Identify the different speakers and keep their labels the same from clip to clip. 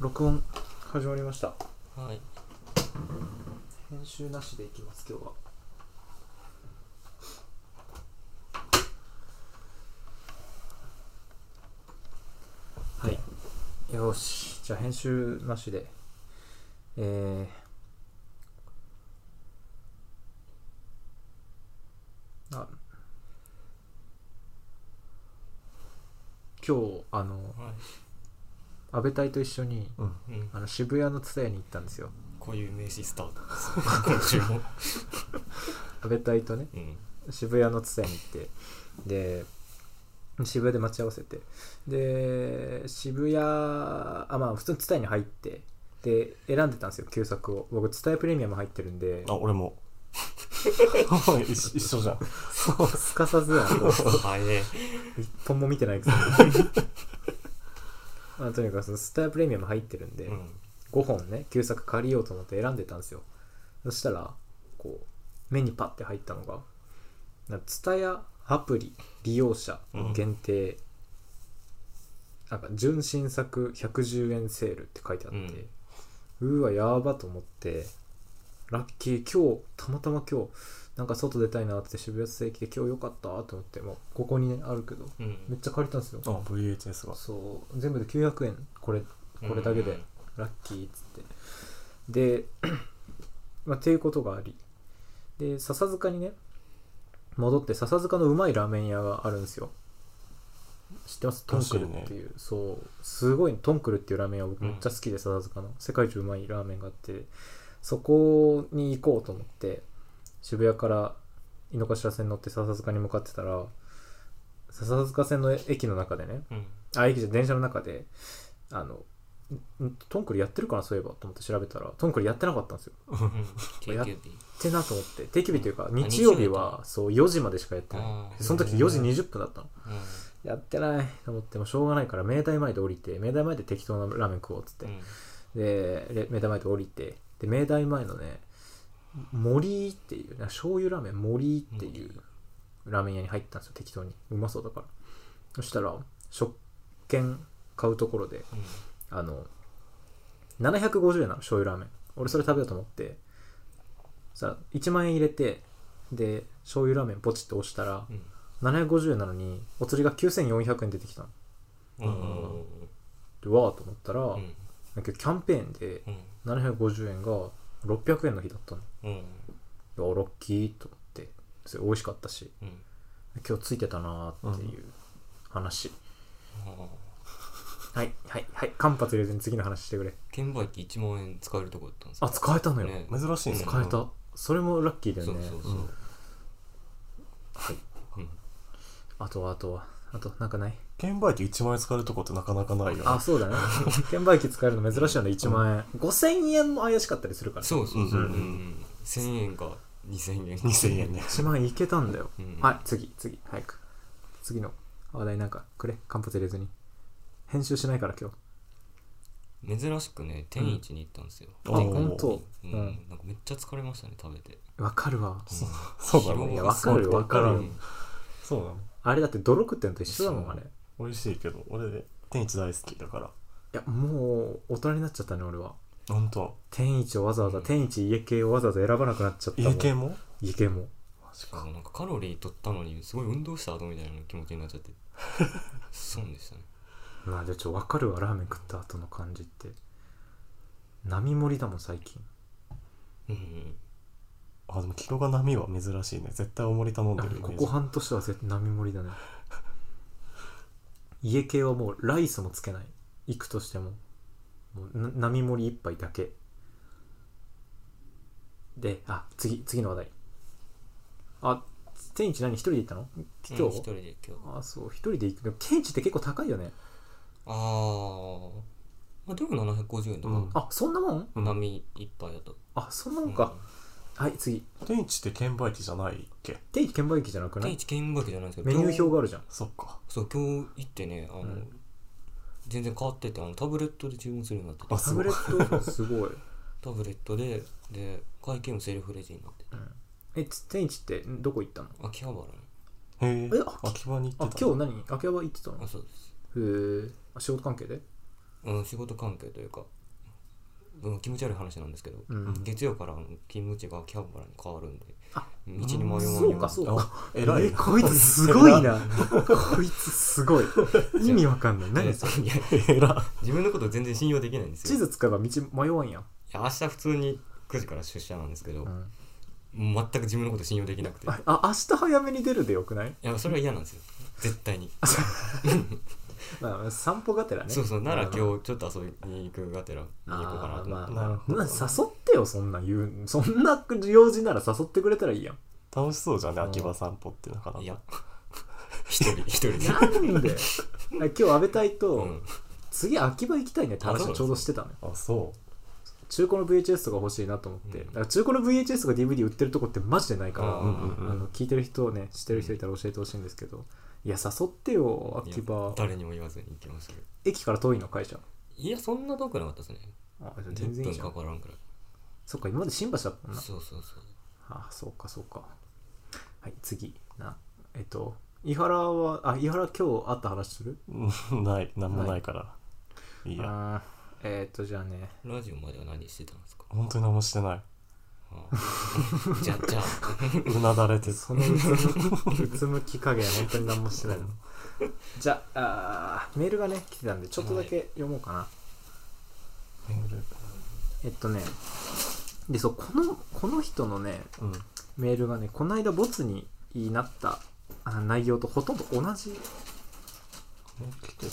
Speaker 1: 録音始まりました
Speaker 2: はい。
Speaker 1: 編集なしでいきます今日ははいよしじゃあ編集なしでえーあ今日あの
Speaker 2: は
Speaker 1: 安倍隊と一緒に
Speaker 2: い。うん。
Speaker 1: あの渋谷の蔦屋に行ったんですよ
Speaker 2: こういう名詞スタートです。今週も。
Speaker 1: 安倍隊とね
Speaker 2: うん。
Speaker 1: 渋谷のツタヤに行ってで渋谷で待ち合わせてで渋谷あまあ普通にツタヤに入ってで選んでたんですよ旧作を僕ツタヤプレミアム入ってるんで
Speaker 3: あ、俺 も。一一緒じゃん。
Speaker 1: そうすかさずやなこう
Speaker 2: はい。
Speaker 1: 一本も見てないくせにまあとにかくそのツタヤプレミアム入ってるんで、
Speaker 2: うん。
Speaker 1: 5本ね旧作借りようと思って選んでたんですよそしたらこう目にパッて入ったのが「蔦屋アプリ利用者限定、なんか純新作110円セール」って書いてあって、うーわやばと思ってラッキー今日たまたま今日なんか外出たいなって渋谷駅で今日良かったと思ってもうここにねあるけど
Speaker 2: う
Speaker 1: めっ
Speaker 2: ん。
Speaker 1: ちゃ借りたんですよ
Speaker 3: あ、VHS が。
Speaker 1: そう全部で900円これこれだけで
Speaker 2: うん
Speaker 1: ラッキーっつってで、 まあ、っていうことがありで笹塚にね戻って笹塚のうまいラーメン屋があるんですよ知ってますトンクルっていう、そうすごいトンクルっていうラーメン屋僕めっちゃ好きで、笹塚の世界一うまいラーメンがあってそこに行こうと思って渋谷から井の頭線乗って笹塚に向かってたら笹塚線の駅の中でね
Speaker 2: うん。
Speaker 1: あ駅じゃ電車の中であのんんトンクルやってるかなそういえばと思って調べたらトンクルやってなかったんですよ
Speaker 2: うん。定
Speaker 1: や
Speaker 2: 休日。
Speaker 1: ってなと思って定期日というか
Speaker 2: うんあ
Speaker 1: 日曜
Speaker 2: 日
Speaker 1: 日
Speaker 2: 曜日
Speaker 1: はそう4時までしかやってない
Speaker 2: あ
Speaker 1: その時4時20分だったの
Speaker 2: あ。うん。
Speaker 1: やってないと思ってもうしょうがないから明大前で降りて明大前で適当なラーメン食おうっつって
Speaker 2: うん
Speaker 1: でれ明大前で降りてで明大前のね森っていうな醤油ラーメン森っていうラーメン屋に入ったんですよ適当にうまそうだからそしたら食券買うところで
Speaker 2: うん
Speaker 1: あの750円なの醤油ラーメン俺それ食べようと思ってさ1万円入れてで醤油ラーメンポチって押したら
Speaker 2: うん
Speaker 1: 750円なのにお釣りが9400円出てきたの
Speaker 2: うん
Speaker 1: でわーと思ったら、
Speaker 2: うん
Speaker 1: なんかキャンペーンで
Speaker 2: うん
Speaker 1: 750円が600円の日だったの
Speaker 2: うん
Speaker 1: いやラッキーと思ってそれ美味しかったし
Speaker 2: うん
Speaker 1: 今日ついてたなーっていう話、はいはいはい間髪入れずに次の話してくれ
Speaker 2: 券売機1万円使えるとこだったんですよ
Speaker 1: あ使えたのよ、
Speaker 2: ね
Speaker 3: 珍しいね。
Speaker 1: 使えた、それもラッキーだよ
Speaker 2: そ
Speaker 1: ね
Speaker 2: うそうそう
Speaker 3: うん
Speaker 1: はい
Speaker 2: うん
Speaker 1: あとはあとはあとなんかない
Speaker 3: 券売機1万円使えるとこってなかなかないよね。
Speaker 1: あそうだね 券売機使えるの珍しいよね1万円、5000円も怪しかったりするから
Speaker 2: そうそうそう
Speaker 3: う
Speaker 2: うんんうん1000円か2000円
Speaker 3: 2000円ね。
Speaker 1: 1万円いけたんだよ、
Speaker 2: うん
Speaker 1: はい次次早く次の話題なんかくれ間髪入れずに編集しないから今日
Speaker 2: 珍しくね天一に行ったんですよ
Speaker 1: あ
Speaker 3: おー
Speaker 1: 本当
Speaker 2: う
Speaker 1: うん
Speaker 2: んなんかめっちゃ疲れましたね食べて
Speaker 1: わかるわ
Speaker 3: そうだ
Speaker 2: 疲労
Speaker 1: い
Speaker 3: ね。
Speaker 1: やわかるよわかるよ
Speaker 2: うん
Speaker 3: そうなの。
Speaker 1: あれだって泥食ってんのと一緒だもんあれい
Speaker 3: 美味しいけど、俺、天一大好きだから。
Speaker 1: やもう大人になっちゃったね俺は
Speaker 3: ほんと。
Speaker 1: 天一をわざわざ、
Speaker 2: うん
Speaker 1: 天一家系をわざわざ選ばなくなっちゃったもん
Speaker 3: 家系も
Speaker 1: 家系も
Speaker 3: マジ
Speaker 2: そう。なんかカロリー取ったのにすごい運動した後みたいな気持ちになっち ゃって損でしたね
Speaker 1: まあじゃあちょっとわかるわラーメン食った後の感じって並盛りだもん最近
Speaker 2: うんうん
Speaker 3: あ、でも、キロが波は珍しいね。絶対大盛り頼んでるイメー
Speaker 1: こ
Speaker 3: ジ。
Speaker 1: こ半年は絶対並盛り だね家系はもうライスもつけない行くとしてももうな並盛り一杯だけであ次次の話題あ天一何一人で行ったの
Speaker 2: うん
Speaker 1: 今
Speaker 2: 一
Speaker 1: 日
Speaker 2: 人で今日
Speaker 1: あそう一人で行くでも天一って結構高いよね
Speaker 2: あー、まあでも750円と
Speaker 3: うん
Speaker 2: か、
Speaker 1: あそんなもん
Speaker 3: うん
Speaker 2: 波一杯だと
Speaker 1: あそんなもんか、はい次
Speaker 3: 天一って券売機じゃないっけ
Speaker 1: 天一券売機じゃなく
Speaker 2: うん
Speaker 1: な
Speaker 2: 定
Speaker 1: い
Speaker 2: 一券売機じゃないんですけ
Speaker 1: メ
Speaker 2: ど
Speaker 1: ニュー
Speaker 2: 今日
Speaker 1: 表があるじゃん
Speaker 3: そっか。
Speaker 2: そう今日行ってねあの、
Speaker 1: うん
Speaker 2: 全然変わっててあのタブレットで注文するようになって
Speaker 3: あ
Speaker 2: て
Speaker 1: タ
Speaker 3: す
Speaker 1: ブ
Speaker 3: ごい
Speaker 1: レ。ットすごい
Speaker 2: タブレットでで会計もセルフレジになってて
Speaker 1: えつ天一ってどこ行ったの
Speaker 2: 秋葉原に
Speaker 3: へえ
Speaker 1: えあ。
Speaker 3: 秋葉に行
Speaker 1: あ
Speaker 3: ってた。
Speaker 1: 今日何秋葉原行ってたの
Speaker 2: あそうです
Speaker 1: へえ仕事関係で
Speaker 2: うん、仕事関係というか、うん、気持ち悪い話なんですけど、
Speaker 1: うん
Speaker 3: うん
Speaker 2: 月曜からあの勤務地がキャンバラに変わるんで
Speaker 1: あ
Speaker 2: 道に迷わ
Speaker 1: そうかそうか
Speaker 3: あ偉い
Speaker 1: え
Speaker 3: な
Speaker 1: こいつすごいなこいつすごい意味わかんない何それ
Speaker 2: いや
Speaker 3: 偉
Speaker 2: 自分のこと全然信用できないんです
Speaker 1: 地
Speaker 2: よい
Speaker 1: 図使えば道迷わんやん、
Speaker 2: や明日普通に9時から出社なんですけど、
Speaker 1: うん
Speaker 2: 全く自分のこと信用できなくて
Speaker 1: ああ明日早めに出るでよくない、
Speaker 2: いやそれは嫌なんですよ絶対に、
Speaker 1: まあ、散歩がてらね
Speaker 2: そうそうなら今日
Speaker 1: 日
Speaker 2: ちょっと遊びに行くがてら見に行こうかなと思
Speaker 1: ま
Speaker 2: っ
Speaker 1: あ
Speaker 2: て、
Speaker 1: ま
Speaker 3: なる
Speaker 1: あ
Speaker 3: ほど
Speaker 1: まあ誘ってよそんなん言うそんな用事なら誘ってくれたら いいやん
Speaker 3: 楽しそうじゃんね
Speaker 1: うん
Speaker 3: 秋葉散歩っていうのかない
Speaker 2: や 一人一人で
Speaker 1: なん であ今日安倍隊と、
Speaker 2: うん
Speaker 1: 次秋葉行きたいねって
Speaker 2: あ
Speaker 1: 話
Speaker 2: そう
Speaker 1: をちょうどしてたのよ
Speaker 3: あそ
Speaker 1: 中古の VHS とか欲しいなと思って、
Speaker 2: うん
Speaker 1: だから中古の VHS とか DVD 売ってるとこってマジでないから、
Speaker 2: あ
Speaker 3: ううんうんうん
Speaker 1: あの聞いてる人ね知ってる人いたら教えてほしいんですけどいや誘ってよ秋葉
Speaker 2: 誰にも言わずに行きましたけど
Speaker 1: 駅から遠いの会社
Speaker 2: いやそんな遠くなかったですね
Speaker 1: あじゃあ全然
Speaker 2: 10
Speaker 1: いい
Speaker 2: 分
Speaker 1: じゃ
Speaker 2: か
Speaker 1: ん
Speaker 2: からんくらい
Speaker 1: そっか今まで新橋だったもんな
Speaker 2: そうそうそう
Speaker 1: あそうかそうかはい次なえっと伊原はあ伊原今日会った話する
Speaker 3: う うんない何もないからいいや
Speaker 1: あーえっとじゃあね
Speaker 2: ラジオまでは何してたん ですか、
Speaker 3: 本当に何もしてない
Speaker 2: ああじゃあじゃあ
Speaker 3: うなだれて
Speaker 1: そのうつ むうつむき加減本当に何もしてないのじゃああーメールがね来てたんでちょっとだけ読もうかな、
Speaker 3: メール
Speaker 1: えっとねでそうこのこの人のね
Speaker 3: うん
Speaker 1: メールがねこの間ボツになったあ内容とほとんど同じ
Speaker 3: 来てる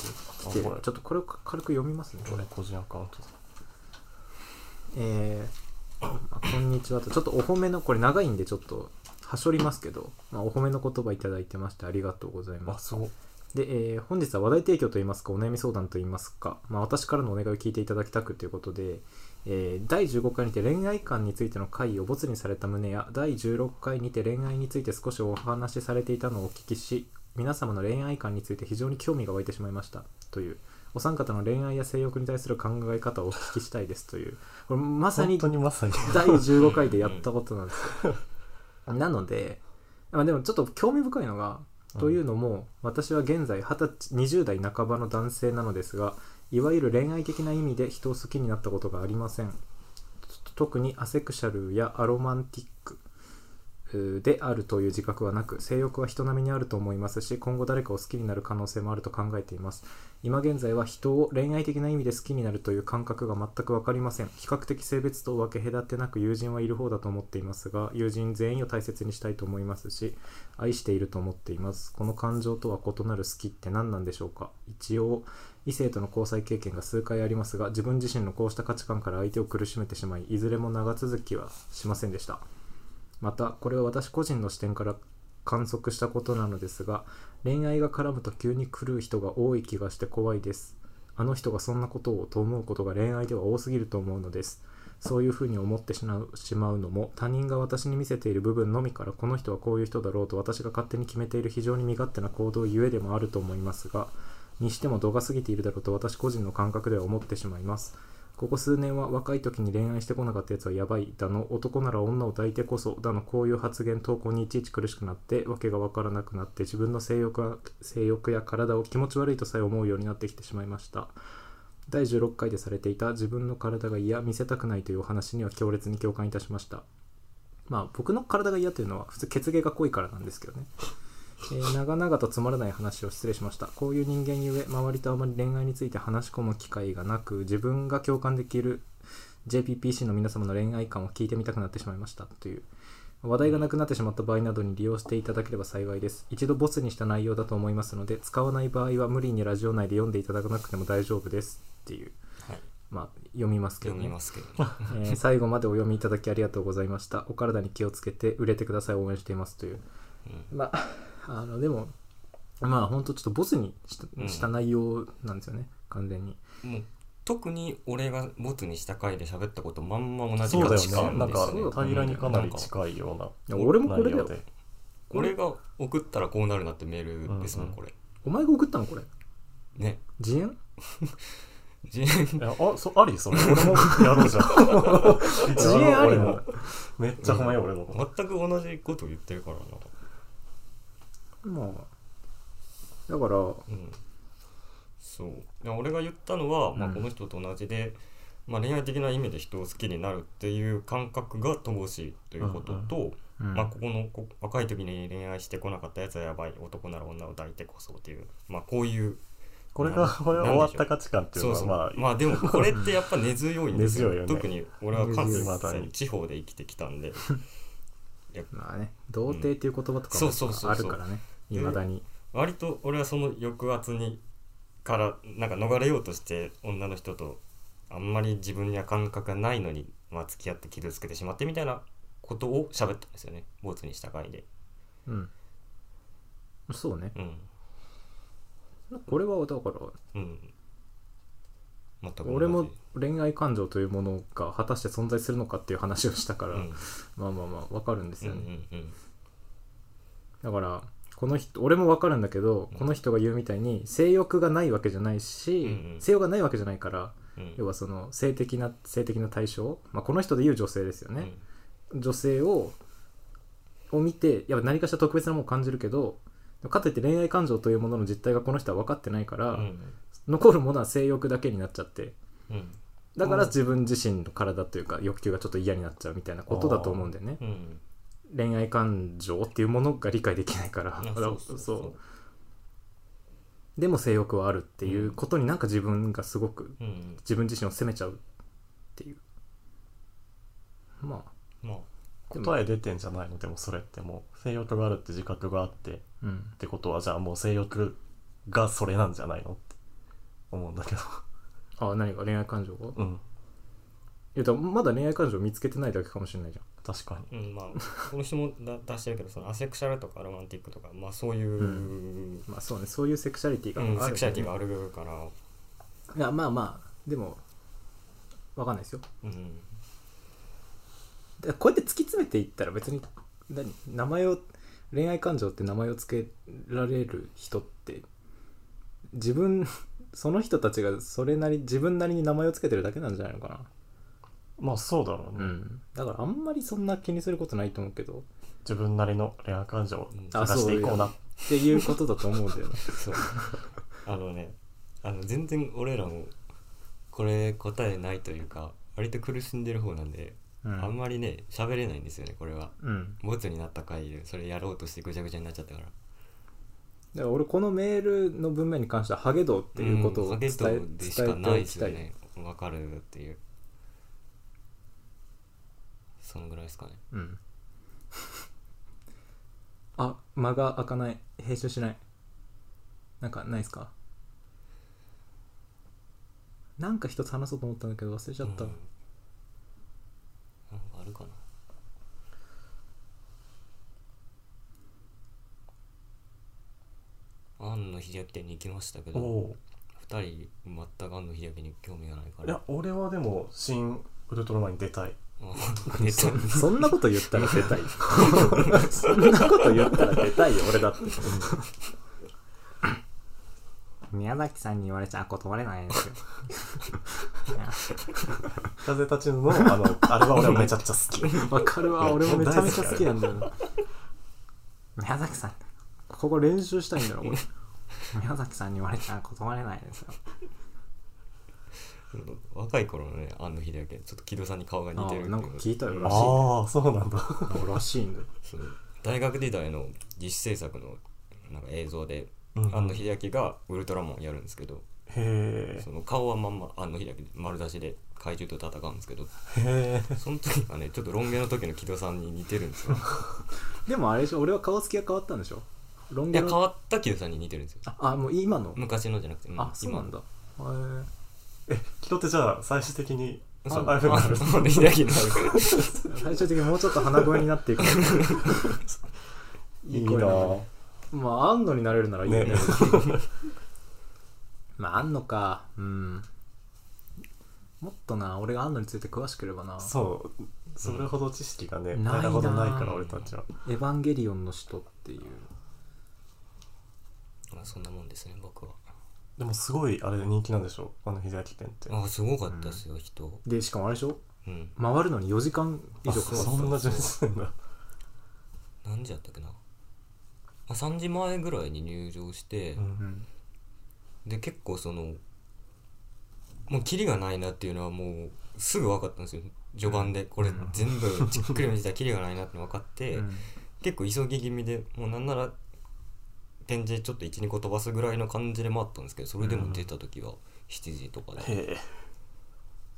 Speaker 1: 来てる
Speaker 3: あ
Speaker 1: ち
Speaker 3: こ
Speaker 1: ょ
Speaker 3: れ
Speaker 1: っとこれを軽く読みますねこ
Speaker 3: こ
Speaker 1: れ
Speaker 3: れ個人アカウントだ
Speaker 1: えーまあこんにちはとちょっとお褒めのこれ長いんでちょっとはしょりますけど、まあ、お褒めの言葉いただいてましてありがとうございます
Speaker 3: あすごい
Speaker 1: で、えー本日は話題提供といいますかお悩み相談といいますか、まあ、私からのお願いを聞いていただきたくということで、えー第15回にて恋愛観についての回をボツにされた旨や第16回にて恋愛について少しお話しされていたのをお聞きし皆様の恋愛観について非常に興味が湧いてしまいましたというお三方の恋愛や性欲に対する考え方をお聞きしたいですというこれまさ
Speaker 3: 本
Speaker 1: に
Speaker 3: 当にまさに
Speaker 1: 第15回でやったことなん ですよ。なので、まあ、でもちょっと興味深いのが、
Speaker 3: うん
Speaker 1: というのも私は現在20歳20代半ばの男性なのですがいわゆる恋愛的な意味で人を好きになったことがありませんと特にアセクシャルやアロマンティックうーであるという自覚はなく性欲は人並みにあると思いますし今後誰かを好きになる可能性もあると考えています今現在は人を恋愛的な意味で好きになるという感覚が全く分かりません比較的性別と分け隔てなく友人はいる方だと思っていますが友人全員を大切にしたいと思いますし愛していると思っていますこの感情とは異なる好きって何なんでしょうか一応異性との交際経験が数回ありますが自分自身のこうした価値観から相手を苦しめてしまいいずれも長続きはしませんでしたまたこれは私個人の視点から観測したことなのですが恋愛が絡むと急に狂う人が多い気がして怖いですあの人がそんなことをと思うことが恋愛では多すぎると思うのですそういうふうに思ってしまうしまうのも他人が私に見せている部分のみからこの人はこういう人だろうと私が勝手に決めている非常に身勝手な行動ゆえでもあると思いますがにしても度が過ぎているだろうと私個人の感覚では思ってしまいますここ数年は若い時に恋愛してこなかったやつはやばいだの男なら女を抱いてこそだのこういう発言投稿にいちいち苦しくなってわけがわからなくなって自分の性欲は性欲や体を気持ち悪いとさえ思うようになってきてしまいました第16回でされていた自分の体が嫌見せたくないというお話には強烈に共感いたしましたまあ僕の体が嫌というのは普通血芸が濃いからなんですけどねえー長々とつまらない話を失礼しましたこういう人間ゆえ周りとあまり恋愛について話し込む機会がなく自分が共感できる JPPC の皆様の恋愛観を聞いてみたくなってしまいましたという話題がなくなってしまった場合などに利用していただければ幸いです一度ボスにした内容だと思いますので使わない場合は無理にラジオ内で読んでいただかなくても大丈夫ですっていう、
Speaker 2: はい
Speaker 1: まあ読みますけど
Speaker 2: 読
Speaker 1: ね
Speaker 2: みますけど、ね、
Speaker 1: えー最後までお読みいただきありがとうございましたお体に気をつけて売れてください応援していますという
Speaker 2: うん
Speaker 1: まあ、あの、でも、まあ、本当ちょっとボスにした
Speaker 2: うん
Speaker 1: した内容なんですよね、完全に。
Speaker 2: もう特に俺がボツにした回で喋ったことまんま同じ
Speaker 3: そう
Speaker 2: 価
Speaker 3: だよ
Speaker 2: 値
Speaker 3: ね
Speaker 2: 観
Speaker 3: な
Speaker 2: です
Speaker 3: んか
Speaker 2: よね
Speaker 1: そう
Speaker 3: 平らにかなり
Speaker 2: なんか
Speaker 3: 近いようない
Speaker 1: や俺もこれだよ
Speaker 3: 内容で
Speaker 2: 俺が送ったらこうなるなってメールですもん、
Speaker 3: うんうん
Speaker 2: これ
Speaker 1: お前が送ったのこれ。
Speaker 2: ね
Speaker 1: 自演
Speaker 2: じい
Speaker 3: いやあそありそれ俺もやろうじゃん
Speaker 1: 自演ありな
Speaker 3: やろう俺
Speaker 1: の
Speaker 3: もめっちゃ褒めよう俺のこと
Speaker 2: 全く同じこと言ってるからな、
Speaker 1: まあ。だから、
Speaker 2: うん、そうで俺が言ったのは、まあ、
Speaker 1: うん
Speaker 2: この人と同じで、まあ、恋愛的な意味で人を好きになるっていう感覚が乏しいということと、
Speaker 1: うん
Speaker 2: まあ、ここのこ若い時に恋愛してこなかったやつはやばい男なら女を抱いてこそっていう、まあ、こういう
Speaker 3: これが
Speaker 2: な
Speaker 3: これが終わった価値観っていう
Speaker 2: そ
Speaker 3: の
Speaker 2: う
Speaker 3: は
Speaker 2: そう
Speaker 3: ま
Speaker 2: まあ
Speaker 3: あ、
Speaker 2: でもこれってやっぱ根強いんですよ
Speaker 3: 根強いよね
Speaker 2: 特に俺は関西
Speaker 3: 根強い
Speaker 2: に地方で生きてきたんで
Speaker 1: まあね童貞っていう言葉とか
Speaker 2: そうそうそうそう
Speaker 1: もあるからねいまだに
Speaker 2: 割と俺はその抑圧にからなんか逃れようとして女の人とあんまり自分には感覚がないのに、まあ、付き合って傷つけてしまってみたいなことを喋ったんですよねボツにした回で
Speaker 1: うんそうね
Speaker 2: うん
Speaker 1: これはだから
Speaker 2: うん全く同じ
Speaker 1: 俺も恋愛感情というものが果たして存在するのかっていう話をしたか
Speaker 2: う
Speaker 1: ら、
Speaker 2: ん
Speaker 1: まあまあまあわかるんです
Speaker 2: うんう
Speaker 1: よね、
Speaker 2: んうん
Speaker 1: だからこの人俺もわかるんだけど、
Speaker 2: うん
Speaker 1: この人が言うみたいに性欲がないわけじゃないし、
Speaker 2: うんうん
Speaker 1: 性欲がないわけじゃないから
Speaker 2: うん
Speaker 1: 要はその性的な性的な対象、まあ、この人で言う女性ですよね、女性をを見てやっぱ何かしら特別なものを感じるけどかといって恋愛感情というものの実態がこの人は分かってないから、
Speaker 2: うんうん
Speaker 1: 残るものは性欲だけになっちゃって
Speaker 2: うん
Speaker 1: だから
Speaker 3: うん
Speaker 1: 自分自身の体というか欲求がちょっと嫌になっちゃうみたいなことだと思うんだよね
Speaker 2: うん
Speaker 1: 恋愛感情っていうものが理解できないから
Speaker 2: あ
Speaker 1: だ
Speaker 2: そうそう
Speaker 1: そ
Speaker 2: そうう
Speaker 1: でも性欲はあるっていうことになんか自分がすごく
Speaker 2: うんうん
Speaker 1: 自分自身を責めちゃうっていうまあ
Speaker 2: まあ
Speaker 1: でも
Speaker 3: 答え出てんじゃないのでもそれってもう性欲があるって自覚があってっ
Speaker 1: うん
Speaker 3: てことはじゃあもう性欲がそれなんじゃないのって思うんだけど
Speaker 1: あ何が恋愛感情が、い
Speaker 3: うん
Speaker 1: やだまだ恋愛感情見つけてないだけかもしれないじ
Speaker 3: 確かに
Speaker 2: うんまあ、この人もだ出してるけどそのアセクシャルとかロマンティックとか、まあ、そういう、
Speaker 1: う
Speaker 2: うん
Speaker 1: ゃんまあそうねそういうセクシャリティがある、
Speaker 2: セクシャリティがあるから、
Speaker 1: いやまあまあでもわかんないですよ
Speaker 2: うん、
Speaker 1: だからこうやって突き詰めていったら別に何名前を恋愛感情って名前を付けられる人って自分その人たちがそれなり自分なりに名前を付けてるだけなんじゃないのかな
Speaker 3: まあそうだろうね、
Speaker 1: うんだからあんまりそんな気にすることないと思うけど
Speaker 3: 自分なりの恋愛感情を
Speaker 2: うん
Speaker 3: 探していこうな
Speaker 1: っていうことだと思うんだ よね
Speaker 2: そうあのねあの全然俺らもこれ答えないというか割と苦しんでる方なんで、
Speaker 1: う
Speaker 2: あん
Speaker 1: ん、
Speaker 2: まりね喋れないんですよねこれは
Speaker 1: うん、
Speaker 2: ボツになった回でそれやろうとしてぐちゃぐちゃになっちゃったから
Speaker 1: だから俺このメールの文面に関してはハゲドウっていうこと
Speaker 2: ん
Speaker 1: を
Speaker 2: ハゲ
Speaker 1: 伝え,、
Speaker 2: とでしか
Speaker 1: 伝え
Speaker 2: ない
Speaker 1: てお
Speaker 2: で
Speaker 1: き
Speaker 2: す
Speaker 1: た
Speaker 2: よ
Speaker 1: い、
Speaker 2: ねわかるっていうそのぐらいですかね
Speaker 1: うん あ間が開かない編集しないなんかないですかなんか一つ話そうと思ったんだけど忘れちゃった、
Speaker 2: うんなんかあるかなアンの日焼けに行きましたけ
Speaker 3: お
Speaker 2: ど
Speaker 3: お
Speaker 2: 2人全くアンの日焼けに興味がないか
Speaker 3: ーい
Speaker 2: ら
Speaker 3: や俺はでも新ウルトラマンに出たい
Speaker 2: あ出た
Speaker 1: そんなこと言ったら出たい そんなこと言ったら出たいよ俺だって宮崎さんに言われちゃ断れないですよ
Speaker 3: 風立ちぬのあ のあれは俺はめちゃくちゃ好き
Speaker 1: わかるわ俺もめちゃめちゃ好きなんだよな宮崎さんここ練習したいんだろこれ宮崎さんに言われちゃ断れないですよ
Speaker 2: 若い頃のねアンの日焼けちょっと木戸さんに顔が似てるっていう
Speaker 1: あなんか聞いたよ
Speaker 2: うん
Speaker 1: らしい
Speaker 3: ああそうなんだ
Speaker 1: らしいんだよ
Speaker 2: そう大学時代の自主制作のなんか映像で
Speaker 3: うん
Speaker 2: 庵野秀明がウルトラマンをやるんですけど、
Speaker 3: へ
Speaker 2: その顔はまんま庵野秀明丸出しで怪獣と戦うんですけど
Speaker 3: えへえ
Speaker 2: その時はねちょっとロン毛の時の木戸さんに似てる んですよ
Speaker 1: でもあれでしょ俺は顔つきが変わったんでしょロン
Speaker 2: いや
Speaker 1: 毛
Speaker 2: 変
Speaker 1: の
Speaker 2: わった木戸さんに似てるんですよ
Speaker 1: ああもう今の、
Speaker 2: 昔のじゃなくて、
Speaker 1: あそうなんだへえ
Speaker 3: 木戸ってじゃあ最終的に
Speaker 2: 今
Speaker 3: あ
Speaker 2: そう
Speaker 3: ああいうふうになる
Speaker 2: 庵野秀 明になる
Speaker 1: 最終的にもうちょっと鼻声になっていく
Speaker 3: いい
Speaker 1: 声
Speaker 3: な
Speaker 1: だ
Speaker 3: ぁ
Speaker 1: まあ安野になれるならいいよね
Speaker 3: ね
Speaker 1: まあ安野かうんもっとな俺が安野について詳しければな
Speaker 3: そうそれほど知識が
Speaker 1: な
Speaker 3: ね
Speaker 1: いなぁ
Speaker 3: なるほどないから俺たちは
Speaker 1: 「エヴァンゲリオンの人」っていう
Speaker 2: まあそんなもんですね僕は
Speaker 3: でもすごいあれ人気なんでしょあの秀明店って
Speaker 2: あすごかったですよ、人
Speaker 1: でしかもあれでしょ
Speaker 2: うん
Speaker 1: 回るのに4時間以
Speaker 3: あ
Speaker 1: 上かかった
Speaker 3: そんな純粋なんだ
Speaker 2: 何時やったっけな、まあ、3時前ぐらいに入場して、
Speaker 3: うん
Speaker 1: うん
Speaker 2: で結構そのもうキリがないなっていうのはもうすぐ分かったんですよ序盤でこれ
Speaker 1: うん
Speaker 2: 全部じっくり見てたらキリがないなって分かって、
Speaker 1: うん
Speaker 2: 結構急ぎ気味でもうなんなら展示ちょっと12個飛ばすぐらいの感じでもあったんですけどそれでも出た時は7時とかで、
Speaker 3: へ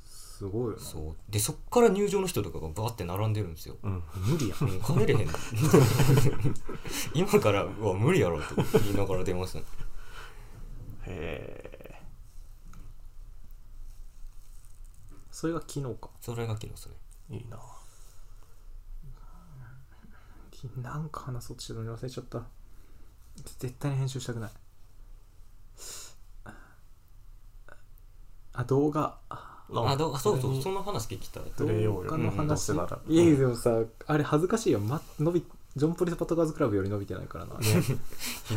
Speaker 1: すごいよな
Speaker 2: そうでそっから入場の人とかがバーって並んでるんですよ
Speaker 3: えうん
Speaker 1: 無理やん
Speaker 2: もう帰れへん 今からうわ無理やろって言いながら出ましたね
Speaker 3: へえ
Speaker 1: それが昨日か
Speaker 2: それが昨日ですね
Speaker 3: いいな
Speaker 1: なんか話そうとしてたのに忘れちゃった絶対に編集したくないあ動画
Speaker 2: あどうあそうそう
Speaker 3: れに
Speaker 2: その話聞きたい
Speaker 3: 触れようよ
Speaker 1: 動画の話、
Speaker 3: うんどうせなら
Speaker 1: いやいやでもさあれ恥ずかしいよ、ま、伸びジョン・ポリス・パトカーズ・クラブより伸びてないからな
Speaker 2: ひ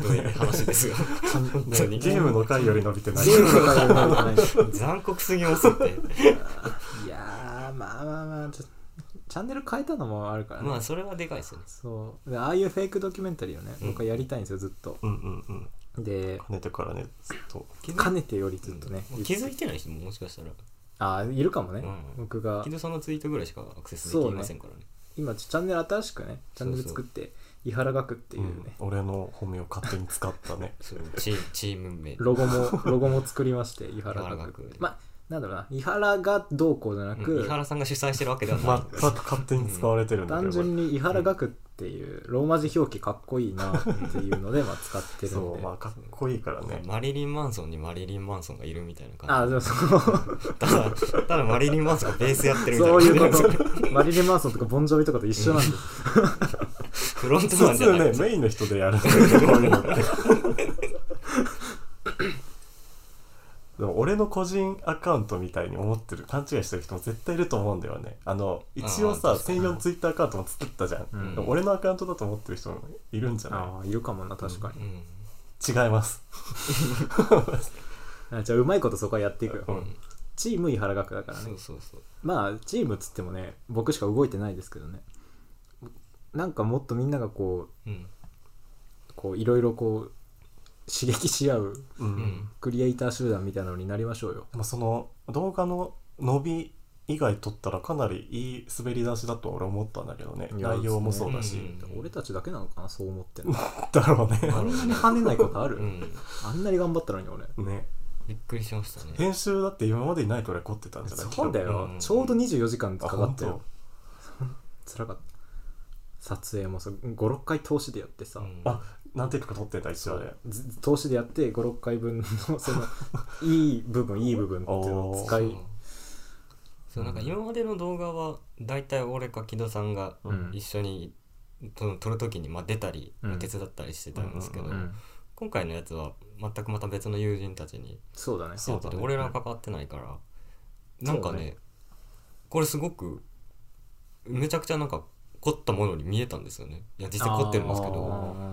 Speaker 2: どい話ですが
Speaker 1: 完
Speaker 2: 本当に
Speaker 3: ゲームの回より伸びてない
Speaker 1: ゲームの回より伸びてない
Speaker 2: 残酷すぎますって
Speaker 1: いやーまあまあまあちょチャンネル変えたのもあるからね、
Speaker 2: まあそれはでかいですよね
Speaker 1: そうでああいうフェイクドキュメンタリーをね
Speaker 2: うん
Speaker 1: 僕はやりたいんですよずっと
Speaker 3: うんうんうん
Speaker 1: で
Speaker 3: 跳ねてからねずっと
Speaker 2: 気づい
Speaker 1: かねてよりずっとね、
Speaker 2: 気づいてない人ももしかしたら
Speaker 1: ああいるかもね、
Speaker 2: うん
Speaker 1: 僕が
Speaker 2: 木戸さんのツイートぐらいしかアクセスできませんからね
Speaker 1: 今チャンネル新しくねチャンネル作って伊原学っていううね
Speaker 3: ん俺の本名を勝手に使っ たね
Speaker 2: そうチチーム名
Speaker 1: ロゴもロゴも作りま して伊原
Speaker 2: 伊原
Speaker 1: 学
Speaker 2: 学
Speaker 1: まあなんだろうな伊原がどうこうじゃな
Speaker 2: うん
Speaker 1: く、
Speaker 2: 伊原さんが主催してるわけではない
Speaker 3: 全く勝手に使われてるんだけ
Speaker 1: 単
Speaker 3: ど、
Speaker 1: 純に伊原学っていうローマ字表記かっこいいなっていうのでまあ使ってるんで
Speaker 3: そうまあかっこいいからね
Speaker 2: マリリン・マンソンにマリリン・マンソンがいるみたいな
Speaker 1: あ
Speaker 2: 感
Speaker 1: あでもそう
Speaker 2: じただただマリリン・マンソンがベースやってるみたい
Speaker 1: そう
Speaker 2: な
Speaker 1: いう
Speaker 2: 感じなんですよ
Speaker 1: ことマリリン・マンソンとかボンジョビとかと一緒なんです
Speaker 2: フロントマ
Speaker 3: 普
Speaker 2: ンじゃ
Speaker 3: 通
Speaker 2: ない
Speaker 3: ねメインの人でやるんだけどこういうのってでも俺の個人アカウントみたいに思ってる勘違いしてる人も絶対いると思うんだよねあの一応
Speaker 2: あー
Speaker 3: さ
Speaker 2: 確かに
Speaker 3: 専用ツイッターアカウントも作ったじゃん、
Speaker 1: うん
Speaker 3: でも俺のアカウントだと思ってる人もいるんじゃな
Speaker 1: ああいるかもな確か
Speaker 2: う
Speaker 1: に、
Speaker 2: ん
Speaker 3: い違います
Speaker 1: あじゃあうまいことそこはやっていくよ、
Speaker 3: うん
Speaker 1: チーム伊原学だからね
Speaker 2: そうそうそう
Speaker 1: まあチームっつってもね僕しか動いてないですけどねなんかもっとみんながこ
Speaker 2: うん
Speaker 1: うこういろいろこう刺激し合う
Speaker 3: う、
Speaker 2: うんん
Speaker 1: クリエイター集団みたいなのになりましょうよ
Speaker 3: でもその動画の伸び以外撮ったらかなりいい滑り出しだと俺思ったんだけどね
Speaker 1: いや
Speaker 3: 内容もそうだ
Speaker 2: う
Speaker 3: し、
Speaker 2: ん
Speaker 1: 俺たちだけなのかなそう思ってんの
Speaker 3: だろうね
Speaker 2: なるほ
Speaker 1: あんなに跳ねないことある、
Speaker 2: どうん
Speaker 1: あんなに頑張ったのに俺
Speaker 3: ね
Speaker 2: びっくりしましたね
Speaker 3: 編集だって今までにないくらい凝ってたんじゃない
Speaker 1: そうだよ、
Speaker 2: うん
Speaker 1: ちょうど24時間
Speaker 3: あ
Speaker 1: かか
Speaker 3: 本
Speaker 1: ったよ
Speaker 3: 当
Speaker 1: つらかった撮影もさ56回通しでやってさ、
Speaker 2: うん
Speaker 3: あ何テイクか撮ってた一応あれ
Speaker 1: ず通しでやって56回分のそのいい部分いい部分っていうのを使い
Speaker 2: そうそうなんか今までの動画は大体俺か木戸さんが
Speaker 1: うん
Speaker 2: 一緒にその撮る時にまあ出たり
Speaker 1: うん
Speaker 2: 手伝ったりしてたんですけど
Speaker 1: うん
Speaker 2: 今回のやつは全くまた別の友人たちに
Speaker 1: そうだね
Speaker 3: そうだね
Speaker 2: 俺らは関わってないからなんか
Speaker 1: そう
Speaker 2: ね
Speaker 1: ね
Speaker 2: これすごくめちゃくちゃなんか凝ったものに見えたんですよねいや実際凝ってるんですけ
Speaker 3: あ
Speaker 2: ど
Speaker 1: あ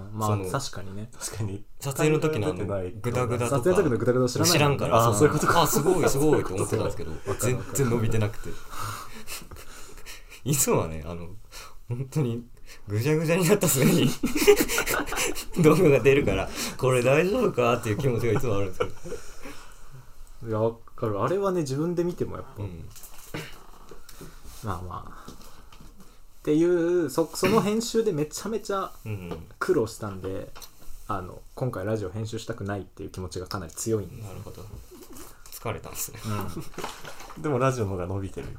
Speaker 1: ーま
Speaker 2: そ
Speaker 1: あ
Speaker 2: の
Speaker 1: 確かにね
Speaker 3: 確かに
Speaker 2: 撮影の時のあ
Speaker 3: 出てない
Speaker 2: のグダグダ
Speaker 1: 撮
Speaker 2: と
Speaker 1: 影の時の
Speaker 2: か
Speaker 1: グダグダ知らない
Speaker 2: 知らんか
Speaker 1: から
Speaker 3: あーそういうことか
Speaker 2: あすごいすごいと思ってたんですけど
Speaker 1: かる
Speaker 2: 全
Speaker 1: わかる
Speaker 2: 然伸びてなくていつもはねあの本当にぐじゃぐじゃになったすぐに動画が出るからこれ大丈夫かっていう気持ちがいつもあるんですけど、
Speaker 1: いやわかるあれはね自分で見てもやっぱ、
Speaker 2: うん、
Speaker 1: まあまあっていうそその編集でめちゃめちゃ
Speaker 2: うん、な
Speaker 1: 苦労したんであの今回ラジオ編集したくないっていう気持ちがかなり強い んです、
Speaker 2: るほど疲れたんですね
Speaker 3: でもラジオの方が伸びてるよ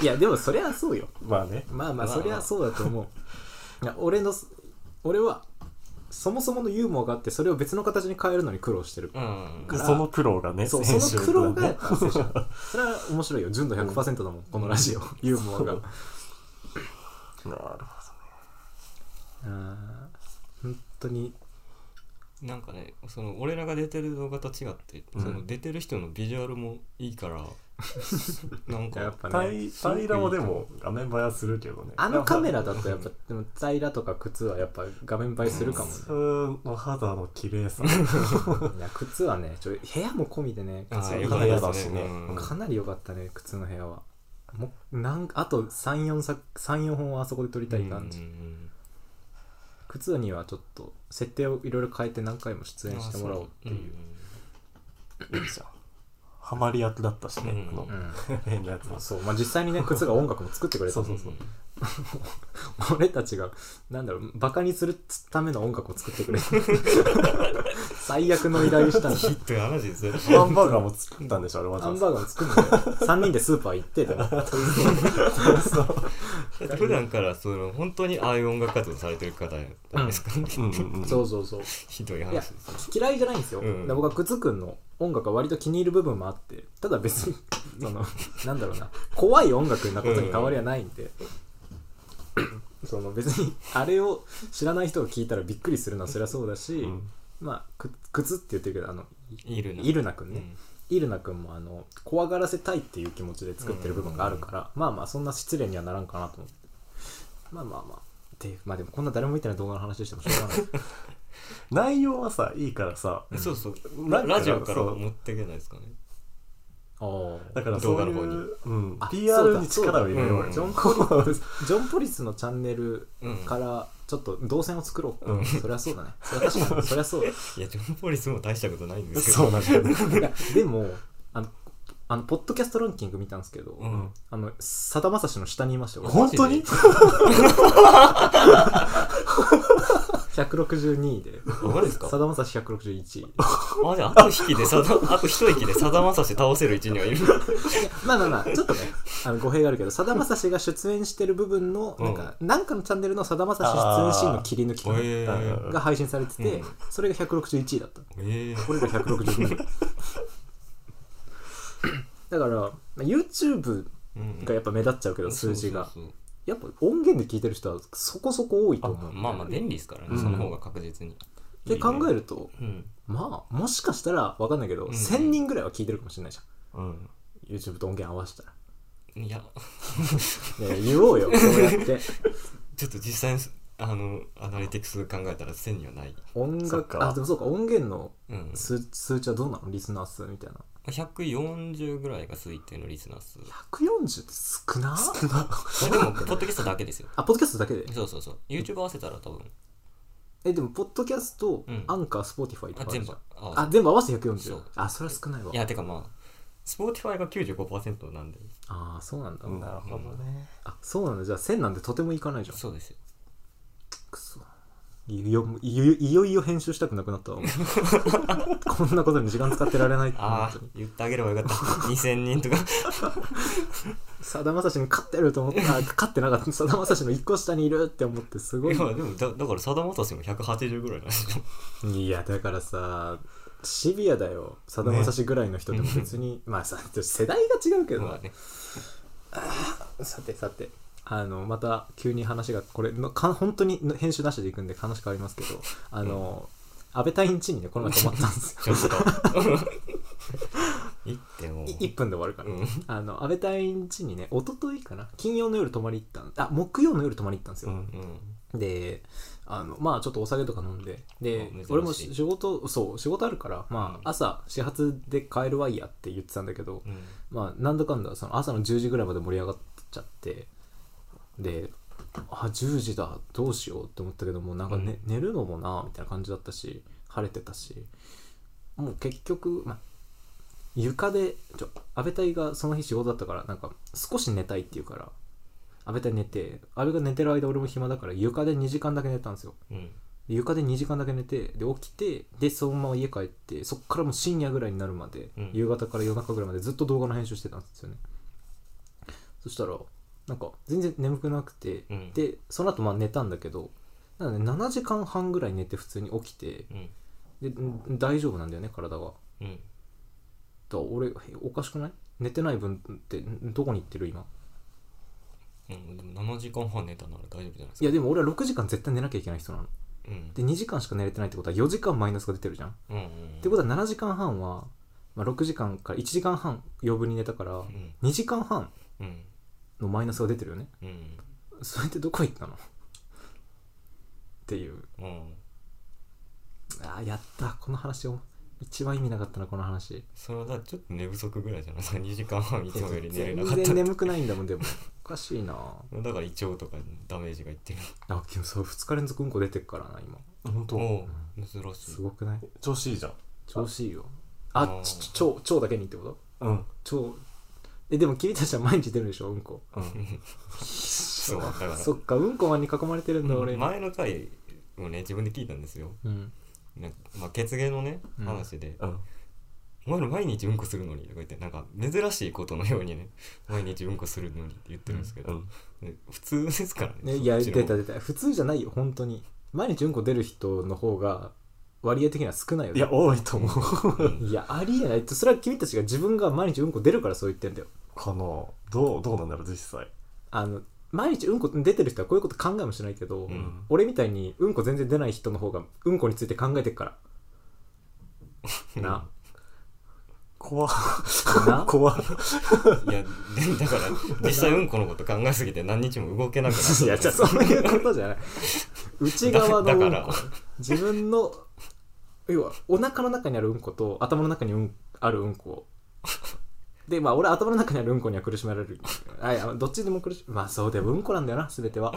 Speaker 1: いやでもそりゃそうよ
Speaker 3: まあね
Speaker 1: まあまあ
Speaker 2: まあまあ
Speaker 1: そりゃそうだと思ういや俺の俺はそもそものユーモアがあってそれを別の形に変えるのに苦労してる
Speaker 2: うん
Speaker 1: ら
Speaker 3: その苦労がね
Speaker 1: そう
Speaker 3: 編
Speaker 1: そ
Speaker 3: 集
Speaker 1: の苦労が
Speaker 3: だ
Speaker 1: や
Speaker 3: ね
Speaker 1: っぱ最初それは面白いよ純度100%だもん、このラジオユーモアが
Speaker 3: そうなるほど
Speaker 1: あー本当に
Speaker 2: なんかねその俺らが出てる動画と違って、
Speaker 3: うん
Speaker 2: その出てる人のビジュアルもいいからな ん
Speaker 1: やっ
Speaker 2: か
Speaker 1: ぱね
Speaker 3: 平平らもでも画面映えはするけどね
Speaker 1: あのカメラだとやっぱでも平らとか靴はやっぱ画面映えするかもね
Speaker 3: 普、通の肌の綺麗さ
Speaker 1: いや靴はねちょ部屋も込みでね
Speaker 2: あ
Speaker 1: 靴
Speaker 2: ー
Speaker 1: は
Speaker 2: よ
Speaker 1: か
Speaker 2: か
Speaker 1: なり
Speaker 2: ったで
Speaker 3: よかった
Speaker 2: す
Speaker 3: ですね
Speaker 2: ね、
Speaker 3: うん
Speaker 1: かなり良かったね靴の部屋はもうなんあと34本はあそこで撮りたいな、
Speaker 2: うんうんうん
Speaker 1: 靴にはちょっと設定をいろいろ変えて何回も出演してもらおうっていう
Speaker 3: いいじゃんハマり役だったしね、
Speaker 2: うん
Speaker 3: この
Speaker 1: う、ん
Speaker 3: 変なやつも
Speaker 1: そうまあ、実際にね靴が音楽も作ってくれた
Speaker 3: そ
Speaker 1: の
Speaker 3: うそうそ う
Speaker 1: 俺たちがなんだろうバカにするための音楽を作 ってくれた最悪の依頼をしたん
Speaker 2: ヒットの話ですよ
Speaker 3: ハンバーガーも作ったんでしょあれわざ
Speaker 1: ハ
Speaker 3: わ
Speaker 1: ン
Speaker 3: ざ
Speaker 1: バーガーを作るのよ3人でスーパー行って
Speaker 2: だって普段からその本当にああいう音楽活動されてる方なんですか、
Speaker 3: うんうんうん
Speaker 1: そうそうそう
Speaker 2: ひどい話です
Speaker 1: 嫌いじゃないんですよ、
Speaker 2: うん
Speaker 1: で僕は靴くんの音楽は割と気に入る部分もあってただ別にそのなんだろうな怖い音楽なことに変わりはないんで、その別にあれを知らない人が聞いたらびっくりするのはそりゃそうだし、
Speaker 3: うん
Speaker 1: まあく靴って言ってるけどあの
Speaker 2: いるな
Speaker 1: イルナくん
Speaker 2: う
Speaker 1: ね、
Speaker 2: ん
Speaker 1: イルナくんもあの怖がらせたいっていう気持ちで作ってる部分があるから、まあまあそんな失礼にはならんかなと思ってまあまあまあっていうまあでもこんな誰も見てない動画の話してもしょうがない
Speaker 3: 内容はさいいからさ
Speaker 2: そうそう
Speaker 3: な
Speaker 2: ラ
Speaker 3: んか
Speaker 2: ラジオから
Speaker 3: そう
Speaker 2: 持っていけないですかね
Speaker 1: ああ
Speaker 3: だからそう
Speaker 2: 動
Speaker 3: い
Speaker 2: 画の
Speaker 3: う、うん
Speaker 1: あ、
Speaker 3: PR に力を入れ ようよ、
Speaker 2: そう
Speaker 1: だ
Speaker 3: コリ
Speaker 1: ジョン・ポリスのチャンネル
Speaker 2: うん
Speaker 1: からちょっと動線を作ろう、
Speaker 3: うん
Speaker 1: そりゃそうだねそりゃ確か にそりゃそうだ
Speaker 2: いやジョン・ポリスも大したことないんですけ
Speaker 3: そ
Speaker 2: ど
Speaker 3: うなんだよね
Speaker 1: いやでもあのあのポッドキャストランキング見たんですけど、
Speaker 2: うん
Speaker 1: あのさだまさしの下にいましたよ
Speaker 3: 本当に
Speaker 2: マ
Speaker 1: 162位で
Speaker 2: あマジですか
Speaker 1: さだまさし161位
Speaker 2: あじゃああと引きでさだ あと一息でさだまさし倒せる位置にはいる
Speaker 1: まあまあまあちょっとねあの語弊がある けどさだまさしが出演してる部分のなんか、なんかのチャンネルのさだまさし出演シーンの切り抜きかな
Speaker 2: えー
Speaker 1: が配信されてて、
Speaker 2: うん
Speaker 1: それが161位だった
Speaker 2: えー
Speaker 1: 俺が162位だからまあ YouTube
Speaker 2: うん
Speaker 1: がやっぱ目立っちゃうけど数字が
Speaker 2: そうそう
Speaker 1: やっぱ音源で聞いてる人はそこそこ多いと
Speaker 2: そ
Speaker 1: 思
Speaker 2: う
Speaker 1: う
Speaker 2: まあまあ便利ですからね、
Speaker 3: うん
Speaker 2: その方が確実に
Speaker 1: で考え
Speaker 2: る、
Speaker 1: ると
Speaker 2: うん、
Speaker 1: まあもしかしたら分かんないけど、
Speaker 2: ん
Speaker 1: 1000人ぐらいは聞いてるかもしれないじゃ
Speaker 3: うん
Speaker 1: ん YouTube と音源合わせたら
Speaker 2: いや
Speaker 1: ねえ言おうよこうやって
Speaker 2: ちょっと実際にあのアナリティクス考えたら1000にはない、
Speaker 1: 音
Speaker 3: そっ
Speaker 1: 楽
Speaker 3: か
Speaker 1: あでもそうか音源の
Speaker 2: うん、
Speaker 1: 数数値はどうなのリスナー数みたいな
Speaker 2: 140ぐらいが推定のリスナー数
Speaker 1: 140って少な
Speaker 2: でもポッドキャストだけですよ
Speaker 1: あポッドキャストだけで
Speaker 2: そうそうそう YouTube 合わせたら多分
Speaker 1: えでもポッドキャスト、
Speaker 2: うん
Speaker 1: アンカースポーティファイと
Speaker 2: あ
Speaker 1: かある
Speaker 2: 全
Speaker 1: じゃ
Speaker 2: 部
Speaker 1: ん
Speaker 2: 合わせ
Speaker 1: あ全部合わせて
Speaker 2: そ
Speaker 1: 140
Speaker 2: う
Speaker 1: あそれは少ないわ
Speaker 2: いやてかまあ Spotify が95%なんで
Speaker 1: ああそうなんだ、
Speaker 3: うんなるほどね、
Speaker 1: あそうなんだじゃあ1000なんてとてもいかないじゃん
Speaker 2: そうですよ
Speaker 1: くそいよいよいよいよ編集したくなくなったわ こんなことに時間使ってられないって
Speaker 2: ああ
Speaker 1: 本
Speaker 2: 言ってあげればよかった 2000人とか
Speaker 1: 当にさだまさしに勝ってると思った勝ってなかったさだまさしの1個下にいるって思ってす
Speaker 2: い
Speaker 1: ご
Speaker 2: や
Speaker 1: い
Speaker 2: でもだだからさだまさしも180ぐらいなんですよ
Speaker 1: いやだからさシビアだよさだまさしぐらいの人でも別に、 まあさ世代が違うけど、
Speaker 2: まあね
Speaker 1: さてさてあのまた急に話がこれのか本当に編集なしでいくんで話変わりますけどあの、安倍隊員地にねこの前泊まったん ですよ
Speaker 2: ちょっといってもう
Speaker 1: い1分で終わるから、
Speaker 2: うん
Speaker 1: あの安倍隊員地にね一昨日かな金曜の夜泊まり行ったんあ木曜の夜泊まり行ったんです
Speaker 3: う
Speaker 1: よ、
Speaker 3: ん
Speaker 2: うん
Speaker 1: であのまあちょっとお酒とか飲んでで
Speaker 2: あ珍しい
Speaker 1: 俺も仕事そう仕事あるからま
Speaker 2: うん
Speaker 1: あ朝始発で帰るわいやって言ってたんだけど、
Speaker 2: うん
Speaker 1: まあなんだかんだその朝の10時ぐらいまで盛り上がっちゃってであ10時だどうしようって思ったけどもうなんか、ね寝るのもなみたいな感じだったし晴れてたしもう結局、まあ、床でちょ安倍隊がその日仕事だったからなんか少し寝たいって言うから安倍隊寝て安倍が寝てる間俺も暇だから床で2時間だけ寝たんですよ
Speaker 2: うん
Speaker 1: で床で2時間だけ寝てで起きてでそのまま家帰ってそっからもう深夜ぐらいになるまで、
Speaker 2: うん
Speaker 1: 夕方から夜中ぐらいまでずっと動画の編集してたんですよねそしたらなんか全然眠くなくて、
Speaker 2: うん
Speaker 1: でその後まあ寝たんだけどなんかね7時間半ぐらい寝て普通に起きて
Speaker 2: うん
Speaker 1: でん大丈夫なんだよね体がだか
Speaker 2: うん
Speaker 1: ら俺えおかしくない寝てない分ってんどこに行ってる今
Speaker 2: うんでも7時間半寝たなら大丈夫じゃないです
Speaker 1: い
Speaker 2: か
Speaker 1: やでも俺は6時間絶対寝なきゃいけない人なの
Speaker 2: うん
Speaker 1: で2時間しか寝れてないってことは4時間マイナスが出てるじゃん
Speaker 2: うんうん
Speaker 1: ってことは7時間半は、まあ、6時間から1時間半余分に寝たから
Speaker 2: うん
Speaker 1: 2時間半
Speaker 2: うん
Speaker 1: のマイナスが出てるよね
Speaker 2: うん
Speaker 1: それってどこ行ったのっていう
Speaker 2: うん
Speaker 1: あーやったこの話を一番意味なかったなこの話
Speaker 2: それはだからちょっと寝不足ぐらいじゃない ですか2時間半いつもより寝れ
Speaker 1: 全
Speaker 2: なかった
Speaker 1: 然眠くないんだもんでもおかしいな
Speaker 2: だから胃腸とかにダメージがいってる
Speaker 1: あ今日そう2日連続うんこ出てっからな今
Speaker 3: 本当
Speaker 2: おう珍し
Speaker 1: す
Speaker 2: い
Speaker 1: ごくない
Speaker 3: 調子いいじゃん
Speaker 1: 調子いいよ
Speaker 2: あ
Speaker 1: あちち腸腸だけにってこと
Speaker 3: うん
Speaker 1: 腸えでも君たちは毎日出るでしょうんこ
Speaker 3: うん
Speaker 2: そうだから
Speaker 1: そっかうんこマンに囲まれてるんだ俺
Speaker 2: 前の回をね自分で聞いたんですよ、
Speaker 1: うん
Speaker 2: ねまあ、血芸のね
Speaker 1: うん
Speaker 2: 話で
Speaker 3: うん
Speaker 2: 「お前ら毎日うんこするのに」とか言ってなんか珍しいことのようにね 「毎日うんこするのに」って言ってるんですけ
Speaker 3: う
Speaker 2: ど、
Speaker 3: ん
Speaker 2: ね普通ですからね
Speaker 1: ねいや
Speaker 2: そっちの
Speaker 1: 出た出た普通じゃないよ本当に毎日うんこ出る人の方が割合的には少ないよ
Speaker 3: いや多いと思う
Speaker 2: うん
Speaker 1: いやありえないってそれは君たちが自分が毎日うんこ出るからそう言ってんだよ
Speaker 3: かなどうどうなんだろう実際
Speaker 1: あの毎日うんこ出てる人はこういうこと考えもしないけど、
Speaker 2: うん
Speaker 1: 俺みたいにうんこ全然出ない人の方がうんこについて考えてるから な
Speaker 3: 怖
Speaker 1: な
Speaker 3: 怖
Speaker 2: いやでだから実際うんこのこと考えすぎて何日も動けなくなっ
Speaker 1: いやじゃあそういうことじゃない内側の
Speaker 2: だ
Speaker 1: う
Speaker 2: だ
Speaker 1: ん
Speaker 2: から
Speaker 1: こ自分の要はお腹の中にあるうんこと頭の中にうんあるうんこでまあ俺頭の中にあるうんこには苦しめられるあいやどっちでも苦しまあそうでもうんこなんだよな全ては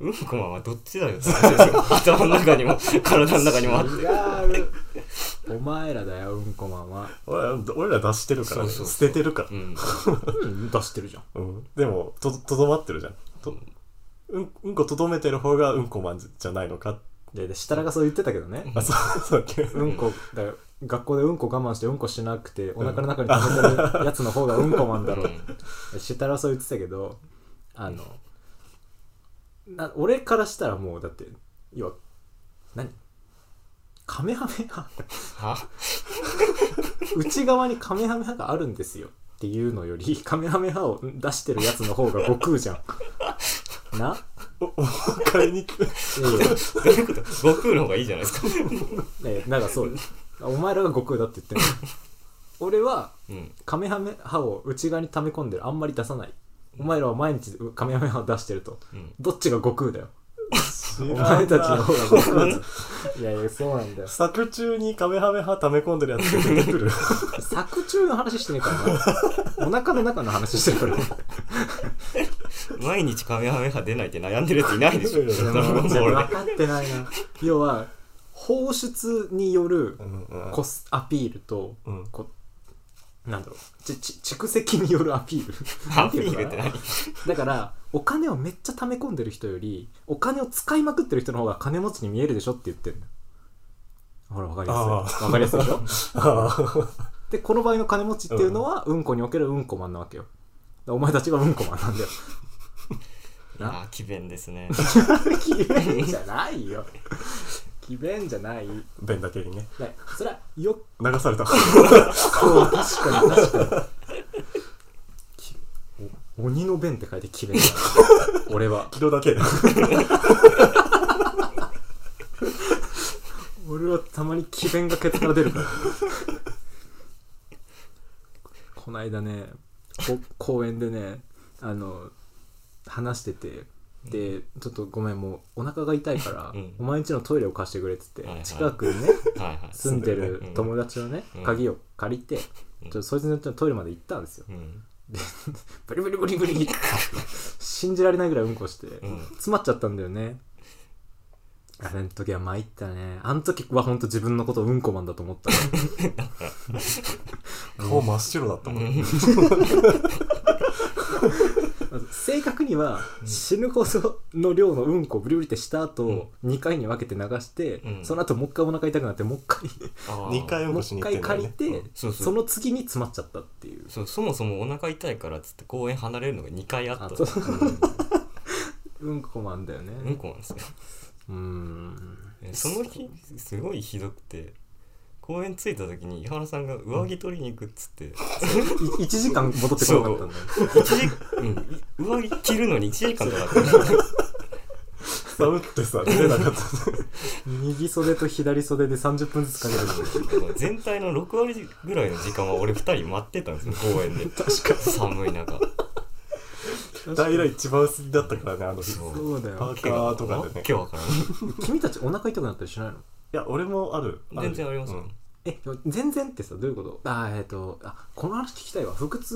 Speaker 2: うんこマンはどっちだよって話ですよ頭の中にも体の中にもあって
Speaker 1: 違うお前らだようんこマンは、
Speaker 3: 俺ら俺ら出してるからね
Speaker 2: そうそう
Speaker 3: 捨ててるから
Speaker 2: うん
Speaker 1: うん、出してるじゃん
Speaker 3: うん、でもととどまってるじゃんとうんうんことどめてる方がうんこマンじゃないのか
Speaker 1: でで設楽がそう言ってたけどね
Speaker 3: あそうそうっけ
Speaker 1: うんこだよ学校でうんこ我慢してうんこしなくてお腹の中に溜めてるやつの方がうんこマンだろう設楽はそう言ってたけどあのな俺からしたらもうだって要は何カメハメハ
Speaker 2: は
Speaker 1: 内側にカメハメハがあるんですよっていうのよりカメハメハを出してるやつの方が悟空じゃん な
Speaker 3: おお迎えに来て
Speaker 1: いやいや
Speaker 2: どういうこと悟空の方がいいじゃないですか
Speaker 1: ええなんかそうお前らが悟空だって言ってんの俺は
Speaker 2: うん
Speaker 1: カメハメハを内側に溜め込んでるあんまり出さないお前らは毎日カメハメハを出してると
Speaker 2: うん
Speaker 1: どっちが悟空だよ
Speaker 3: お
Speaker 1: お前たちの方が悟空だいやいやそうなんだよ
Speaker 3: 作中にカメハメ派溜め込んでるやつが出てくる
Speaker 1: 作中の話してねえからなお腹の中の話してるから
Speaker 2: 毎日カメハメ派出ないって悩んでるやついないでしょ
Speaker 3: いやいや
Speaker 2: ドラゴンボール
Speaker 1: 分かってないな要は放出による
Speaker 3: うんうん
Speaker 1: コスアピールと
Speaker 3: うん
Speaker 1: こなんだろうちち蓄積によるアピール
Speaker 2: でハンピールって何
Speaker 1: だからお金をめっちゃ溜め込んでる人よりお金を使いまくってる人の方が金持ちに見えるでしょって言ってるのほら分かりやすい
Speaker 3: ああ
Speaker 1: 分かりやすいでしょ
Speaker 3: あ
Speaker 1: でこの場合の金持ちっていうのはうんこにおけるうんこマンなわけよだからお前たちがうんこマンなん だよ
Speaker 2: あー奇弁ですね
Speaker 1: 奇弁じゃないよ奇弁じゃない
Speaker 3: あ便だけにね
Speaker 1: ねそれはよ
Speaker 3: 流された
Speaker 1: そう確かに確かにきお鬼の弁って書いて奇弁だ な俺は
Speaker 3: キロだけ
Speaker 1: 俺はたまに詭弁がケツから出るからこないだねこ公園でねあの話しててでちょっとごめんもうお腹が痛いから、
Speaker 2: うん
Speaker 1: お前んちのトイレを貸してくれっつって、
Speaker 2: はいはい
Speaker 1: 近くにね
Speaker 2: はいはい
Speaker 1: 住んでる友達のね、
Speaker 2: うん
Speaker 1: 鍵を借りて、
Speaker 2: うん
Speaker 1: ちょっとそいつの家のトイレまで行ったんですよ
Speaker 2: うん
Speaker 1: ブリブリブリブリ信じられないぐらいうんこして、
Speaker 2: うん
Speaker 1: 詰まっちゃったんだよねあれの時は参ったねあの時は本当自分のことうんこマンだと思ったね
Speaker 3: 顔真っ白だったもん、
Speaker 1: まず正確には死ぬほどの量のうんこをブリブリってした後、2回に分けて流して、
Speaker 2: うん
Speaker 1: その後もう一回お腹痛くなってもう一
Speaker 2: あー
Speaker 3: 2回
Speaker 1: 回
Speaker 3: うん
Speaker 1: も
Speaker 3: こ
Speaker 1: う一
Speaker 3: しに行って
Speaker 1: 回
Speaker 3: んだよ
Speaker 1: 借りて、
Speaker 3: ね
Speaker 2: うんそうそう
Speaker 1: その次に詰まっちゃったっていう
Speaker 2: そうそもそもお腹痛いからっつって公園離れるのが2回あった
Speaker 1: あとうんこマンだよね
Speaker 2: うんこなんですよ
Speaker 1: うーん
Speaker 2: ねその日すごいひどくて公園着いた時に井原さんが上着取りに行くっつって
Speaker 1: 1時間戻ってこなかったんだよ
Speaker 2: 一時、うん、上着着るのに1時間かかって
Speaker 3: 寒くてさ出れなかった
Speaker 1: 右袖と左袖で30分ずつかけてる
Speaker 2: 全体の6割ぐらいの時間は俺2人待ってたんですよ公園で確かに寒い中
Speaker 3: 大体一番好きだったからねあの日
Speaker 2: そう
Speaker 1: そうだ
Speaker 3: パ
Speaker 1: よ
Speaker 3: ーカーとかで
Speaker 2: 今
Speaker 3: ね
Speaker 2: 日はからん
Speaker 1: 君たちお腹痛くなったりしないの
Speaker 3: いや俺もあるある
Speaker 2: 全然あります
Speaker 3: う
Speaker 2: よ、
Speaker 3: ん
Speaker 1: え全然ってさどういうことあーえっ、とあこの話聞きたいわ腹痛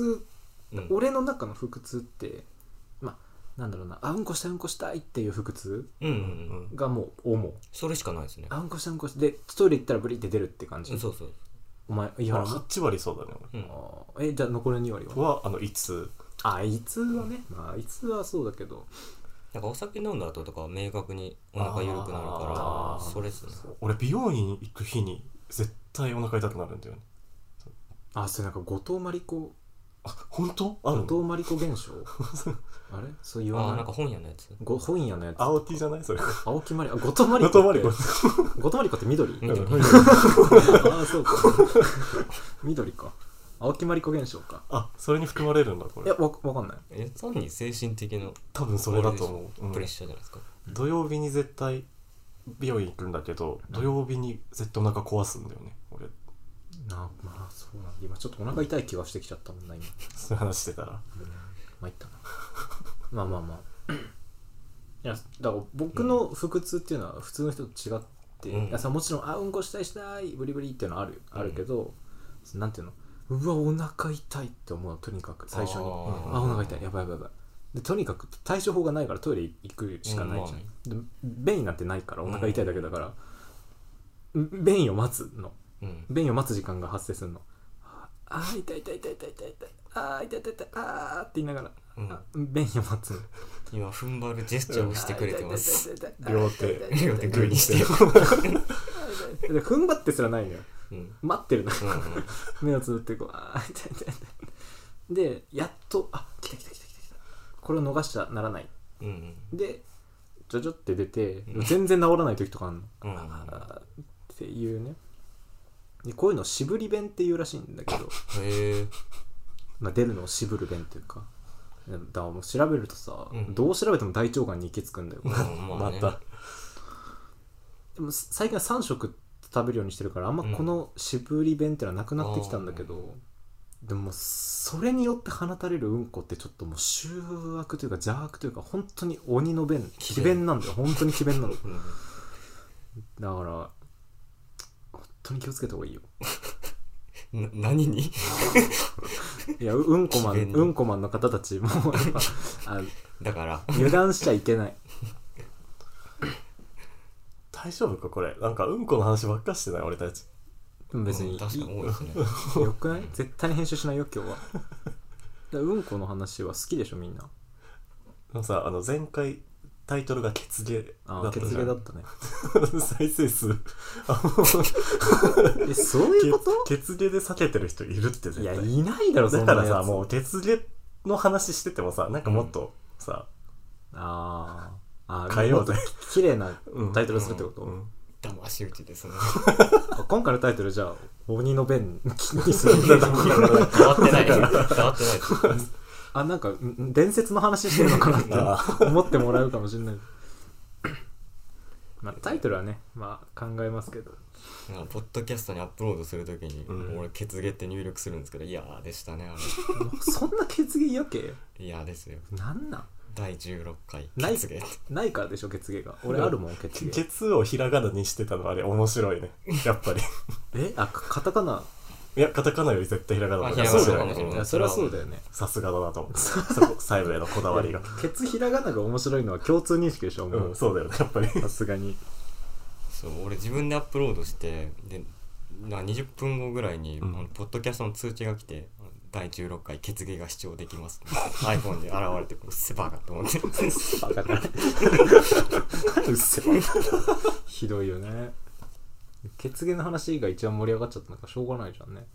Speaker 2: うん
Speaker 1: 俺の中の腹痛ってまあなんだろうなあうんこしたうんこしたいっていう腹痛
Speaker 2: うんうん
Speaker 3: う
Speaker 2: うん
Speaker 3: ん
Speaker 1: がもう思う
Speaker 2: それしかないですね
Speaker 1: あうんこしたうんこしたでトイレ行ったらブリって出るって感じ、
Speaker 2: うんそうそう
Speaker 1: お前井
Speaker 3: まあ
Speaker 1: 原も
Speaker 3: 8割そうだね
Speaker 2: うん
Speaker 1: あーえじゃあ残りの2割は
Speaker 3: 俺はあのいつ
Speaker 1: あいつはねまあいつはそうだけど
Speaker 2: なんかお酒飲んだ後とかは明確にお腹緩くなるか
Speaker 3: あー
Speaker 2: らそれっすね
Speaker 3: 俺美容院行く日に絶対お腹痛くなるんだよね
Speaker 1: あそれなんか後藤真理子
Speaker 3: あ本当あ
Speaker 1: 後
Speaker 3: る
Speaker 1: 藤
Speaker 3: の
Speaker 1: 真理子現象あれそう言
Speaker 2: あー
Speaker 1: わな
Speaker 2: な
Speaker 1: んい
Speaker 2: か本屋のやつ
Speaker 1: ご本屋のやつ
Speaker 3: 青木じゃないそれ
Speaker 1: 青木まりあ後藤真理
Speaker 3: 後
Speaker 1: 子
Speaker 3: 藤
Speaker 1: っ
Speaker 3: 真
Speaker 1: て
Speaker 3: 理子
Speaker 1: 後藤真理子って緑
Speaker 2: うん緑
Speaker 3: うん
Speaker 1: ああそうか緑か青木まりこ現象か
Speaker 3: あそれに含まれるんだこ
Speaker 1: い
Speaker 3: れ
Speaker 1: やわわかんない
Speaker 2: え単に精神的な
Speaker 3: 多分それだと思う、うん
Speaker 2: プレッシャーじゃないですか、
Speaker 3: 土曜日に絶対美容院行くんだけど土曜日に絶対お腹壊すんだよね俺
Speaker 1: なまあそうなんだ今ちょっとお腹痛い気がしてきちゃったもんな今
Speaker 3: そういう話してたら
Speaker 1: まいったなまあまあま あいやだから僕の腹痛っていうのは普通の人と違って、
Speaker 2: うん
Speaker 1: いやさもちろんあうんこしたいしたいブリブリっていうのはあるよあるけど、なんていうのうわお腹痛いって思うのとにかく最初にあ
Speaker 3: ー
Speaker 1: お腹痛いやばいやばいやばいでとにかく対処法がないからトイレ行くしかないじゃん、で便意なんてないからお腹痛いだけだから、便意を待つの
Speaker 2: うん
Speaker 1: 便意を待つ時間が発生するのあー痛い痛い痛い痛い痛い痛いあー痛い痛い痛いあーって言いながら
Speaker 2: うん、
Speaker 1: 便意を待つ
Speaker 2: 今踏ん張るジェスチャーをしてくれてます
Speaker 3: 両手
Speaker 2: 両 手グーにして、
Speaker 1: で踏ん張ってすらないのよ
Speaker 2: うんうん
Speaker 1: 待ってるの
Speaker 2: うん、
Speaker 1: 目をつぶってこうあー痛い痛い痛い痛いでやっとあ来た来た来た来た来たこれを逃しちゃならない
Speaker 2: うんうん
Speaker 1: でちょちょって出て
Speaker 2: うん
Speaker 1: 全然治らない時とかあるの
Speaker 2: うんうん
Speaker 1: あーっていうねでこういうのを渋り弁っていうらしいんだけど、
Speaker 2: へえ
Speaker 1: まあ、出るのを渋る弁っていうかだからもう調べるとさ、
Speaker 2: うん
Speaker 1: どう調べても大腸がんに行き着くんだよ
Speaker 2: うんまあ
Speaker 3: ま
Speaker 2: ね
Speaker 3: た
Speaker 1: でも最近は3食食べるようにしてるからあんまこの渋り弁ってのはなくなってきたんだけど、でもそれによって放たれるうんこってちょっともう醜悪というか邪悪というか本当に鬼の弁奇弁なんだよ本当に奇弁なのだか
Speaker 2: うん
Speaker 1: ら本当に気をつけた方がいいよ
Speaker 2: な何に
Speaker 1: いやううん こマン
Speaker 2: 奇弁
Speaker 1: うんこマンの方たちもあ
Speaker 2: だから
Speaker 1: 油断しちゃいけない
Speaker 3: 大丈夫かこれなんかうんこの話ばっかしてない俺たち
Speaker 1: 別
Speaker 2: う
Speaker 1: に
Speaker 2: ん確かに多いです ね
Speaker 1: よくない絶対に編集しないよ今日は だからうんこの話は好きでしょみんな
Speaker 3: でもさあの前回タイトルが「血芸」
Speaker 1: あ
Speaker 3: だ
Speaker 1: あ
Speaker 3: った
Speaker 1: 血
Speaker 3: じゃ
Speaker 1: 芸だ
Speaker 3: ん
Speaker 1: ったね
Speaker 3: 再生数あもう
Speaker 1: えそういうこと
Speaker 3: 血芸で避けてる 人いるって絶
Speaker 1: いや、
Speaker 3: 対
Speaker 1: いないだろ、そ
Speaker 3: だ
Speaker 1: んな
Speaker 3: か
Speaker 1: や
Speaker 3: ら
Speaker 1: つ。
Speaker 3: さもう血芸の話しててもさなんかもっとさ、
Speaker 1: あーあー。
Speaker 3: 変えようぜ
Speaker 1: もっと綺麗な
Speaker 3: うん
Speaker 1: タイトルするってこと、
Speaker 3: うん
Speaker 2: 騙し討ちですね
Speaker 1: あ今回のタイトルじゃあ、鬼の弁にする
Speaker 2: 変わってない変わってないです
Speaker 1: あ、なんか、ん伝説の話してるのかな
Speaker 3: あ
Speaker 1: って思ってもらうかもしれない。まあ、タイトルはね、まあ、考えますけど。
Speaker 2: なんかポッドキャストにアップロードするときに、
Speaker 3: うん
Speaker 2: 俺「血芸」って入力するんですけど嫌でしたねあ
Speaker 1: そんな血芸やけ
Speaker 2: れ嫌ですよ
Speaker 1: なんなん
Speaker 2: 第16回「
Speaker 1: ない
Speaker 2: 血芸」
Speaker 1: ないからでしょ、血芸が。俺あるもん、血芸。
Speaker 3: 血をひらがなにしてたのあれ面白いねやっぱり
Speaker 1: えあ、かカタカナ。
Speaker 3: いやカタカナより絶対ひらがな
Speaker 2: あ
Speaker 3: の
Speaker 2: ひ
Speaker 3: 方が
Speaker 2: らがな
Speaker 3: そう
Speaker 2: の方が
Speaker 3: だよ
Speaker 2: 面白
Speaker 3: ね
Speaker 1: いやそりゃそうだよね。
Speaker 3: さすがだなと思っ てそこ細部へのこだわりが
Speaker 1: ケツひらがなが面白いのは共通認識でしょ、
Speaker 3: う
Speaker 1: も
Speaker 3: ん
Speaker 1: う。
Speaker 3: そうだよねやっぱり
Speaker 1: さすがに。
Speaker 2: そう俺自分でアップロードしてでな20分後ぐらいに、
Speaker 3: うん
Speaker 2: あのポッドキャストの通知が来て「第16回血芸が視聴できます」iPhone で現れてくるセバカと思って
Speaker 1: バカだ。うっせ ひどいよね。血芸の話が一番盛り上がっちゃったのかしょうがないじゃんね。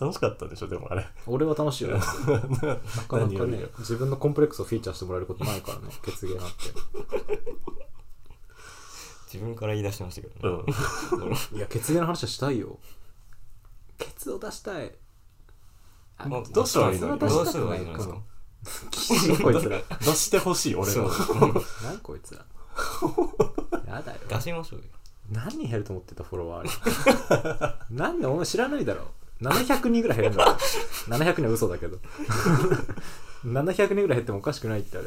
Speaker 3: 楽しかったでしょでもあれ
Speaker 1: 俺は楽しい よ。なかな
Speaker 3: 何
Speaker 1: か
Speaker 3: より
Speaker 1: ね
Speaker 3: よ、
Speaker 1: 自分のコンプレックスをフィーチャーしてもらえることないからね、血芸なんて。
Speaker 2: 自分から言い出しましたけ
Speaker 3: う
Speaker 2: どね、
Speaker 3: ん
Speaker 1: いや、血芸の話はしたいよ。ケツを出したい。あ
Speaker 2: まあ
Speaker 3: どうしたらいいの
Speaker 2: どうしたらいいのです
Speaker 1: う
Speaker 2: か
Speaker 1: んきしいこいつら。
Speaker 3: 出してほしい俺
Speaker 2: そう
Speaker 3: は
Speaker 1: 何こいつ ら。やだよ。
Speaker 2: 出しましょうよ
Speaker 1: 何人減ると思ってたフォロワーあれ何でお前知らないだろ700人ぐらい減るんだろ700人は嘘だけど700人ぐらい減ってもおかしくないってあれ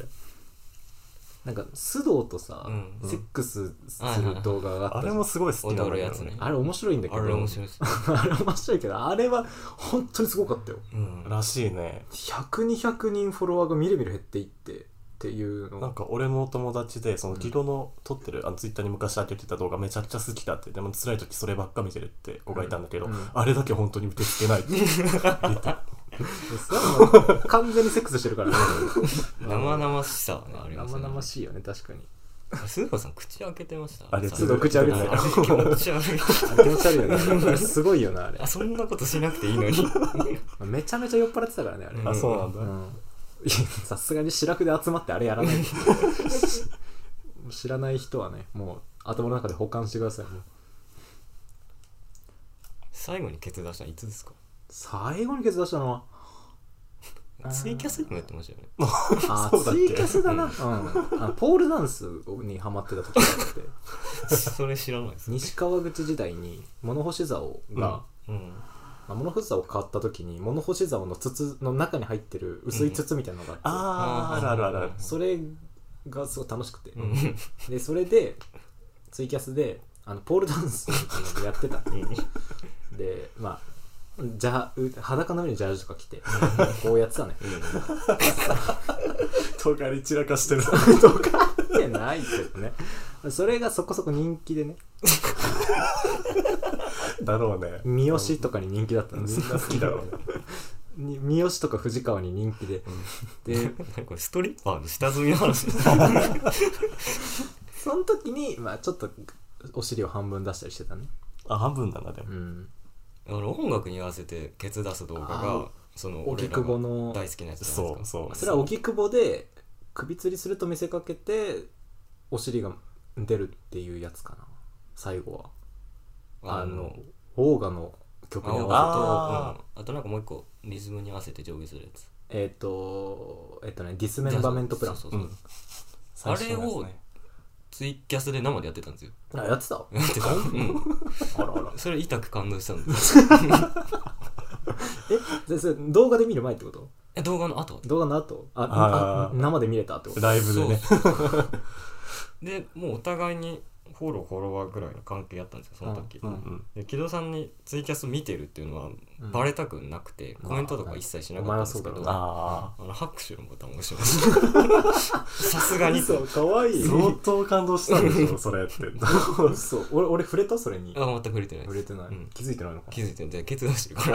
Speaker 1: なんか須藤とさ、
Speaker 2: うん
Speaker 1: セックスする動画があ
Speaker 3: あ
Speaker 1: ったじ
Speaker 3: れ
Speaker 1: ゃん
Speaker 3: もすごい好きなんだ
Speaker 2: 踊る
Speaker 3: よ
Speaker 2: やつね
Speaker 1: あれ面白いんだけど
Speaker 2: あれ面白いですね
Speaker 1: あれ面白いけどあれは本当にすごかったよ
Speaker 2: うん
Speaker 3: らしいね
Speaker 1: 100200人フォロワーがみるみる減っていってっていうの
Speaker 3: なんか俺のお友達でそのギロの撮ってる、あのツイッターに昔上げてた動画めちゃくちゃ好きだってでも辛い時そればっか見てるって子がいたんだけど、
Speaker 1: うんうん
Speaker 3: あれだけ本当に見てつけないって言ってた
Speaker 1: それはもう完全にセックスしてるからね
Speaker 2: 生々しさはねあります
Speaker 1: 生
Speaker 2: よね
Speaker 1: 々しいよね確かに
Speaker 2: スーパーさん口開けてました
Speaker 3: あれ
Speaker 1: 須藤口開けてた
Speaker 2: あれ気持ち悪い
Speaker 1: あ気持ち悪いよねあれすごいよなあれ
Speaker 2: あそんなことしなくていいのに
Speaker 1: めちゃめちゃ酔っ払ってたからねあれ
Speaker 2: うん
Speaker 3: あそうなんだ、
Speaker 1: うんいやさすがに白くで集まってあれやらない 知らない人はねもう頭の中で保管してくださいもう
Speaker 2: 最後にケツ出したのいつですか
Speaker 1: 最後にケツ出したのはあー
Speaker 2: ツイキャスでもやってましたよね
Speaker 1: あ
Speaker 3: そうだっ
Speaker 1: ツ
Speaker 3: け
Speaker 1: イキャスだな、うん、あのポールダンスにハマってた時があって
Speaker 2: それ知らないですね
Speaker 1: 西川口時代に物干し竿が、
Speaker 3: うん
Speaker 1: ま
Speaker 2: うん
Speaker 1: あ、物干し竿を買った時に物干し竿の筒の中に入ってる薄い筒みたいなのがあって、
Speaker 3: あーあ
Speaker 2: うん
Speaker 3: るあるあるある
Speaker 1: それがすごい楽しくて、
Speaker 2: うんうん
Speaker 1: でそれでツイキャスであのポールダンスをやってたでまあじゃう裸の上にジャージとか着てこうやってたね
Speaker 3: 尖り散らかしてる
Speaker 1: とかってないけどねそれがそこそこ人気でね
Speaker 3: だろうね
Speaker 1: 三好とかに人気だった
Speaker 3: みん
Speaker 1: んです
Speaker 3: な好きだろうね
Speaker 1: に三好とか藤川に人気で、で
Speaker 2: なんかこれストリッパーの下積みの話
Speaker 1: その時に、まあ、ちょっとお尻を半分出したりしてたね
Speaker 3: あ半分だなでも
Speaker 1: うん
Speaker 2: あの音楽に合わせてケツ出す動画
Speaker 1: あー
Speaker 2: がその
Speaker 1: 荻
Speaker 2: 俺らが
Speaker 1: 窪の
Speaker 2: 大好きなやつじゃない
Speaker 3: そう
Speaker 2: ですか
Speaker 3: そう
Speaker 1: それは荻窪で首吊りすると見せかけてお尻が出るっていうやつかな最後はあのオーガの曲に合わせて
Speaker 2: あと、うん、あとなんかもう一個リズムに合わせて上下するやつ
Speaker 1: えっ、とえっ、とねディスメンバメントプラン
Speaker 2: そう
Speaker 3: う
Speaker 2: そうそうん
Speaker 3: 最初のやつね
Speaker 2: あれをツイキャスで生でやってたんですよ
Speaker 1: あやってた
Speaker 2: やってた、うん、
Speaker 1: あらあら
Speaker 2: それ痛く感動したんです
Speaker 1: えでそれ動画で見る前ってこと
Speaker 2: え動画の後
Speaker 1: 動画の後ああ
Speaker 3: あー
Speaker 1: 生で見れたってこと
Speaker 3: ライブでね
Speaker 2: そうそうそうでもうお互いにフォローフォロワーぐらいの関係やったんですよその時、
Speaker 3: うんうん
Speaker 2: で木戸さんにツイキャス見てるっていうのは
Speaker 1: うん
Speaker 2: バレたくなくて、
Speaker 1: うん
Speaker 2: コメントとか一切しなかったんですけ
Speaker 1: お前
Speaker 2: ど、
Speaker 1: はそうだろうな
Speaker 3: あ
Speaker 2: あの拍手のボタンを押しました。さす がにと。
Speaker 1: 嘘かわい
Speaker 3: あ
Speaker 1: い
Speaker 3: 相当感動したんでしょそれって
Speaker 1: 嘘俺俺触れたそれに
Speaker 2: あ、全く触れてない
Speaker 1: 触
Speaker 2: です。
Speaker 1: れてない、
Speaker 2: うん
Speaker 1: 気づいてないのか
Speaker 2: 気づいてんで、ケツ出してるか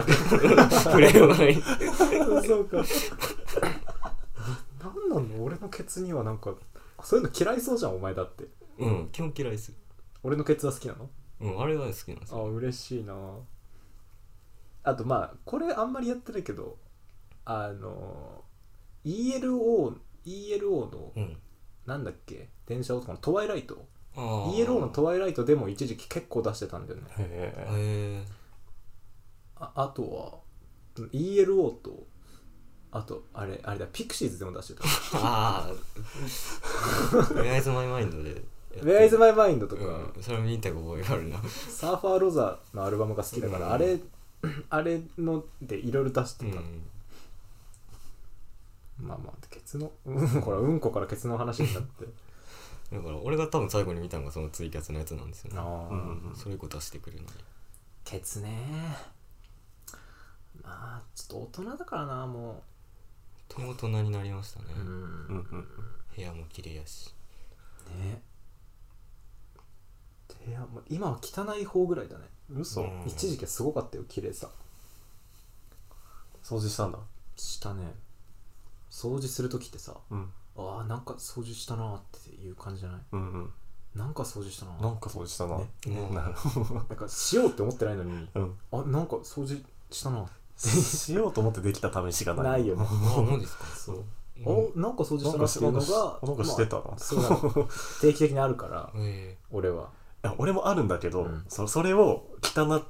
Speaker 2: ら、触れようがない。
Speaker 1: なそうか何なの俺のケツにはなんかそういうの嫌いそうじゃんお前だって
Speaker 2: うん、基本嫌いです。
Speaker 1: 俺のケツは好きなの
Speaker 2: うん、あれは好きなんです
Speaker 1: あ
Speaker 2: よ。
Speaker 1: 嬉しいなあとまあこれあんまりやってないけどあの ELO, ELO の
Speaker 2: うん。
Speaker 1: なんだっけ電車男のトワイライト
Speaker 2: あー
Speaker 1: ELO のトワイライトでも一時期結構出してたんだよね
Speaker 3: へえ
Speaker 2: へ
Speaker 1: ああとはうん ELO とあとあれあれだピクシーズでも出 してた
Speaker 2: ーあー。ウェアイズマイマインドでやっ
Speaker 1: 「
Speaker 2: てる。
Speaker 1: Where is my mind」とか、
Speaker 2: うん、それ見た覚えがあるな。
Speaker 1: サーファーロザのアルバムが好きだから、
Speaker 2: うん
Speaker 1: あれ あれのでいろいろ出して
Speaker 2: う
Speaker 1: た、
Speaker 2: ん。
Speaker 1: まあまあケツの うんほらうんこからケツの話になって
Speaker 2: だから、俺が多分最後に見たのがそのツイキャスのやつなんですよね。
Speaker 1: ああ、
Speaker 3: うん
Speaker 2: それ以降出してくるのに。
Speaker 1: ケツねまあちょっと大人だからなも
Speaker 2: と大人になりましたね
Speaker 1: う。うん
Speaker 3: うんうん
Speaker 2: 部屋も綺麗 やし。
Speaker 1: ね部屋も今は汚い方ぐらいだね
Speaker 3: 嘘
Speaker 2: うん
Speaker 1: 一時期はすごかったよ綺麗さ
Speaker 3: 掃除したんだ
Speaker 1: したね掃除する時ってさ
Speaker 3: うん
Speaker 1: あーなんか掃除したなーっていう感じじゃない
Speaker 3: うんうん
Speaker 1: なんか掃除したな
Speaker 3: なんか掃除したな、
Speaker 1: ね
Speaker 2: うん
Speaker 3: なるほど
Speaker 1: なんかしようって思ってないのに
Speaker 3: うん
Speaker 1: あなんか掃除したな
Speaker 3: しようと思ってできた試しがない
Speaker 1: ないよね
Speaker 2: あ、マジですか。
Speaker 1: そう、
Speaker 2: うん
Speaker 1: おなんか掃除したなっていうのが
Speaker 3: なんかしなんかしてたな
Speaker 1: まあそうな の定期的にあるから
Speaker 2: え
Speaker 1: 俺はい
Speaker 3: や俺もあるんだけど、
Speaker 1: うん
Speaker 3: そそれを汚っ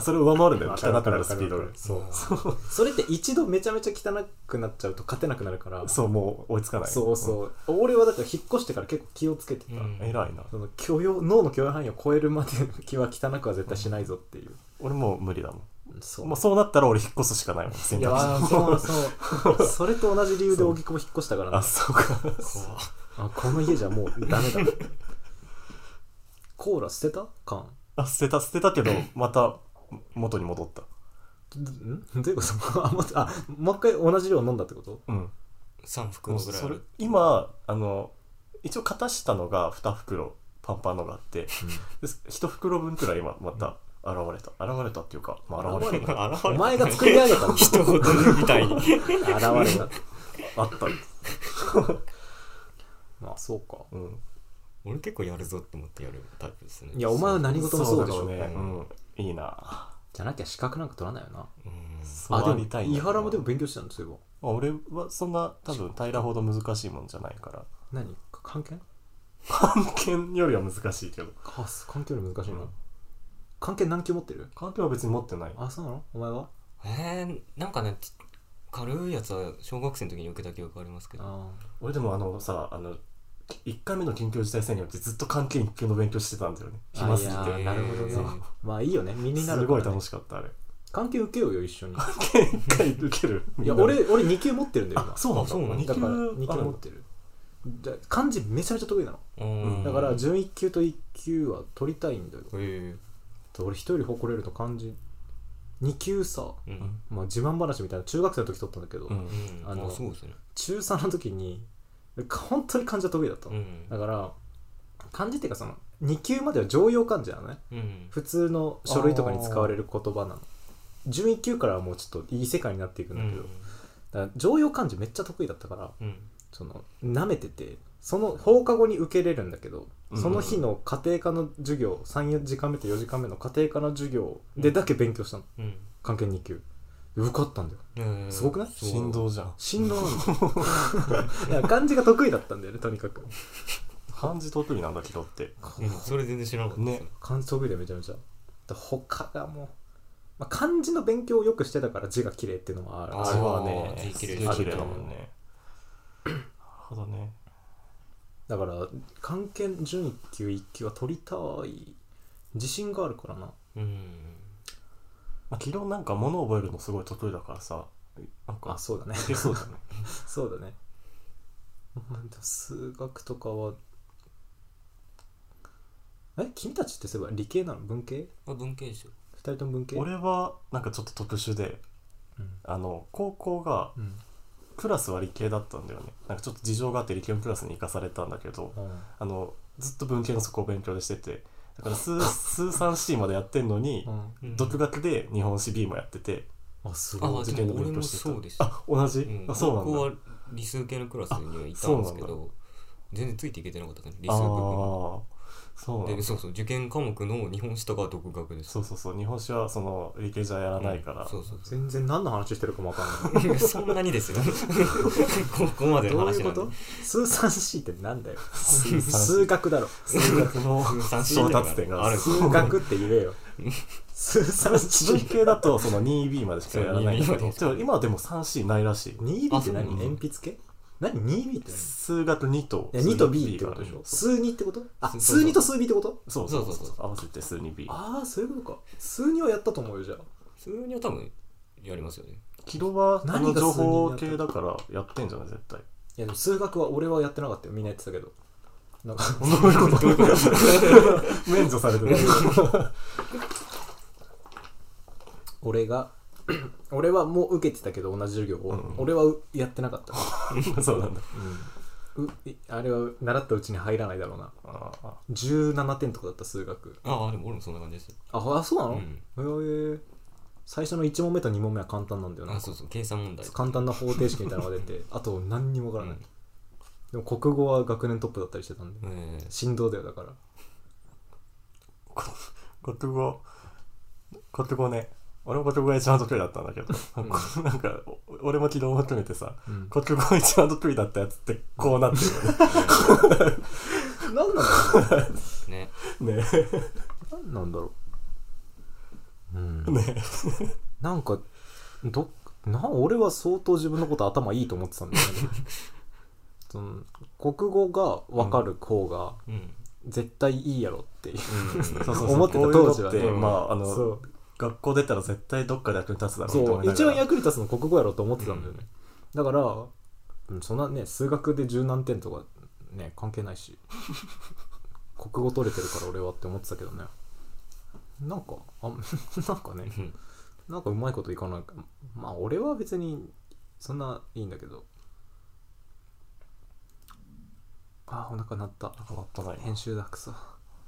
Speaker 3: それを上回るんだよ
Speaker 1: わかる
Speaker 3: 汚くなるスピードが
Speaker 1: わかるわかる
Speaker 2: そう
Speaker 1: それって一度めちゃめちゃ汚くなっちゃうと勝てなくなるから
Speaker 3: そうもう追いつかない
Speaker 1: そうそう、俺はだから引っ越してから結構気をつけてた、
Speaker 2: うん
Speaker 3: ん偉いな
Speaker 1: その許容脳の許容範囲を超えるまでの気は汚くは絶対しないぞっていう、
Speaker 3: 俺もう無理だも
Speaker 1: そ
Speaker 3: んもうそうなったら俺引っ越すしかないもん選
Speaker 1: い
Speaker 3: 択肢
Speaker 1: やそうそうそれと同じ理由で荻窪引っ越したから
Speaker 3: あ
Speaker 1: な
Speaker 3: そうか
Speaker 2: 怖
Speaker 1: あこの家じゃもうダメだコーラ捨てた缶
Speaker 3: あ捨てた捨てたけどまた元に戻った
Speaker 1: んどういうこと あもうあもう一回同じ量飲んだってこと
Speaker 3: うん
Speaker 2: 3袋
Speaker 3: もう
Speaker 2: ぐらいあ
Speaker 3: それ
Speaker 2: る
Speaker 3: 今あの一応片したのが2袋パンパンのがあって、です1袋分くらい今また現れた現れたっていうか、まあ、現れた
Speaker 2: 現
Speaker 1: お
Speaker 2: れ
Speaker 1: 前が作り上げたんだ
Speaker 2: 一言みたいに
Speaker 1: 現れた
Speaker 3: あった、
Speaker 1: まあそうか
Speaker 3: うん、
Speaker 2: 俺結構やるぞって思ってやるタイプですね
Speaker 1: いやお前は何事もそうでしょ
Speaker 3: だろうね、う
Speaker 2: うん
Speaker 3: ん、いいな
Speaker 1: じゃなきゃ資格なんか取らないよな
Speaker 2: うん
Speaker 3: そう
Speaker 1: あ
Speaker 3: あ
Speaker 1: で
Speaker 3: り
Speaker 1: も
Speaker 3: たいんだ
Speaker 1: 伊
Speaker 3: けど
Speaker 1: 原もでも勉強してたんですよ
Speaker 3: あ俺はそんな多分平ほど難しいもんじゃないから
Speaker 1: 何か関係
Speaker 3: 漢検よりは難しいけど
Speaker 1: あ関係より難しいの、
Speaker 3: うん
Speaker 1: 関係何級持ってる
Speaker 3: 漢検は別に持ってない
Speaker 1: あそうなのお前は
Speaker 2: えー、なんかねち軽いやつは小学生の時に受けた記憶ありますけど
Speaker 1: あ
Speaker 3: 俺でもあのさあの1回目の緊急事態宣言ってずっと漢検1級の勉強してたんだよね
Speaker 1: あ
Speaker 3: 暇すぎて
Speaker 1: いやーなるほどね
Speaker 2: そう
Speaker 1: まあいいよね身になる、
Speaker 3: すごい楽
Speaker 1: い
Speaker 3: しかったあれ
Speaker 1: 関係受けようよ一 緒に
Speaker 3: 一回受ける
Speaker 1: いや
Speaker 3: みんな
Speaker 1: 俺俺2級持ってるんだよ
Speaker 3: あ
Speaker 1: 今
Speaker 3: そうなん
Speaker 2: あ
Speaker 3: だ
Speaker 2: そうなん
Speaker 1: だから2
Speaker 3: 二級あ
Speaker 1: 級
Speaker 3: る
Speaker 1: 持ってるじゃ漢字めちゃめちゃ得意なの
Speaker 2: うん
Speaker 1: だから準1級と1級は取りたいんだよ
Speaker 2: え
Speaker 1: 俺一人誇れると漢字2級さ、
Speaker 2: えうん
Speaker 1: まあ、自慢話みたいな中学生の時取ったんだけど、
Speaker 3: うん
Speaker 2: うん
Speaker 1: あ
Speaker 2: あ
Speaker 1: の
Speaker 2: そうですね
Speaker 1: 中3の時にか本当に漢字は得意だった
Speaker 2: う
Speaker 1: の、
Speaker 2: ん
Speaker 1: だから漢字っていうかその2級までは常用漢字なのね
Speaker 2: うん
Speaker 1: 普通の書類とかに使われる言葉なの準1級からはもうちょっといい世界になっていくんだけど、だから常用漢字めっちゃ得意だったから
Speaker 2: うん
Speaker 1: その舐めててその放課後に受けれるんだけど
Speaker 3: うん
Speaker 1: その日の家庭科の授業34時間目と4時間目の家庭科の授業でだけ勉強したの
Speaker 2: うん
Speaker 1: 関係2級で受かったんだよ
Speaker 2: えー
Speaker 1: すごくない
Speaker 2: そう
Speaker 3: 振動じゃん
Speaker 1: 振動なんだよ いや漢字が得意だったんだよねとにかく
Speaker 3: 漢字得意なんだけどって
Speaker 2: うんそれ全然知らなかったです
Speaker 3: ね
Speaker 1: 漢字得意でめちゃめちゃで他がもう、まあ、漢字の勉強をよくしてたから字が綺麗っていうのもある
Speaker 2: あー
Speaker 3: あれはね
Speaker 2: 字綺麗
Speaker 3: すごい綺麗だもんねなるほどね
Speaker 1: だから漢検準1級1級は取りたい自信があるからな
Speaker 2: うん
Speaker 3: まあ昨日なんか物覚えるのすごい得意だからさなん
Speaker 1: あ
Speaker 3: か
Speaker 1: そうだね
Speaker 3: いけそうだね
Speaker 1: そうだねまあでも数学とかはえ君たちってそういえば理系なの文系
Speaker 2: あ文系でしょ
Speaker 1: 二人とも文系
Speaker 3: 俺はなんかちょっと特殊で
Speaker 1: うん
Speaker 3: あの高校が
Speaker 1: うん
Speaker 3: クラスは理系だったんだよねなんかちょっと事情があって理系のクラスに行かされたんだけど
Speaker 1: うん
Speaker 3: あのずっと文系のそこを勉強でしててだか ら数数 3C までやってんのに
Speaker 1: うん
Speaker 2: うん
Speaker 3: 独学で日本史 B もやってて
Speaker 1: あす
Speaker 2: あ
Speaker 1: ごい
Speaker 2: でも俺もそうです
Speaker 3: あ同じ、
Speaker 2: うん
Speaker 3: あそうなん
Speaker 2: 僕
Speaker 3: だ
Speaker 2: は理数系のクラスにはいたんですけ
Speaker 3: あそうなん
Speaker 2: ど全然ついていけてなかったですね理
Speaker 3: あ
Speaker 2: 数
Speaker 3: あ
Speaker 2: 部
Speaker 3: ーそうなん
Speaker 2: 分で
Speaker 3: だ
Speaker 2: そうそう受験科目の日本史とかは独学です
Speaker 3: そうそうそう日本史はその理系じゃやらないから、
Speaker 2: うんそうそう
Speaker 1: 全然何の話してるかもわかんない
Speaker 2: そう そんなにです よこ こまでの
Speaker 1: どうい
Speaker 2: 話
Speaker 1: う
Speaker 2: な
Speaker 1: こ
Speaker 2: んで
Speaker 1: と数三 C ってなんだよ
Speaker 3: 数
Speaker 1: 数学だろ
Speaker 3: 数学の
Speaker 2: 数三 C
Speaker 3: 到達点が
Speaker 2: ある
Speaker 1: 数学って言えよ数三 C
Speaker 3: 文系だとその 2B までしかやらないんだけ
Speaker 2: そう 2B まで
Speaker 3: どでも今はでも 3C ないらしい
Speaker 1: 2B って何
Speaker 2: あそう
Speaker 1: 鉛筆系何 2B って
Speaker 3: 数学2と
Speaker 1: 何いや2と B ってことでしょ
Speaker 3: 数
Speaker 1: 数2ってことあ
Speaker 2: そうそう
Speaker 1: 数2と数 B ってこと
Speaker 3: そうそうそう
Speaker 2: そうそ
Speaker 3: そ
Speaker 2: ううそう
Speaker 3: 合わせて数 2B
Speaker 1: ああそういうことか数2はやったと思うよじゃあ
Speaker 2: 数には多分やりますよね
Speaker 3: 軌道はあ
Speaker 1: 何
Speaker 3: の
Speaker 1: が
Speaker 3: 情
Speaker 1: 数
Speaker 3: 報
Speaker 1: に
Speaker 3: 系だからやってんじゃない絶対
Speaker 1: いやでも数学は俺はやってなかったよみんなやってたけどなんか
Speaker 3: どういうこと免除されてる
Speaker 1: 俺が俺はもう受けてたけど同じ授業を、
Speaker 3: うん
Speaker 1: 俺はうやってなかった、
Speaker 3: そうなんだ
Speaker 1: ういあれは習ったうちに入らないだろうな
Speaker 3: あー
Speaker 1: 17点とかだった数学
Speaker 2: ああでも俺もそんな感じですよ
Speaker 1: ああそうな
Speaker 2: う
Speaker 1: の、
Speaker 2: ん
Speaker 1: へえ最初の1問目と2問目は簡単なんだよな
Speaker 2: あそうそう計算問題
Speaker 1: 簡単な方程式みたいなのが出 てあと何にもわからない、でも国語は学年トップだったりしてたんで
Speaker 2: ええ
Speaker 1: 振動だよだから
Speaker 3: 国語国語ね俺も国語が一番得意だったんだけど、
Speaker 1: う
Speaker 3: なんかお俺も軌道も含めてさ
Speaker 1: うん
Speaker 3: 国語が一番得意だったやつってこうなって
Speaker 1: 何なんだろ
Speaker 2: ね
Speaker 3: るよね
Speaker 1: う何なんだろううん
Speaker 3: ねね
Speaker 1: なんかどっな俺は相当自分のこと頭いいと思ってたんだ よねその国語が分かる方が
Speaker 2: うん
Speaker 1: 絶対いいやろっていう、
Speaker 3: そうそうそう
Speaker 1: 思ってた
Speaker 3: こういう
Speaker 1: 当時は
Speaker 3: のって
Speaker 2: うん
Speaker 3: まああの
Speaker 1: そう
Speaker 3: 学校出たら絶対どっかで役に立つだろうっ て
Speaker 1: そ
Speaker 3: 思
Speaker 1: う
Speaker 3: いな
Speaker 1: 一
Speaker 3: が
Speaker 1: 番
Speaker 3: ら
Speaker 1: 役に立つの国語やろうと思ってたんだよね、だからうんそんなね数学で十何点とかね関係ないし 国語取れてるから俺はって思ってたけどねなんかあ なんかね
Speaker 2: うん
Speaker 1: なんかうまいこといかないまあ俺は別にそんないいんだけどあーお腹鳴った
Speaker 3: なんか鳴った ない
Speaker 1: 編集だくそ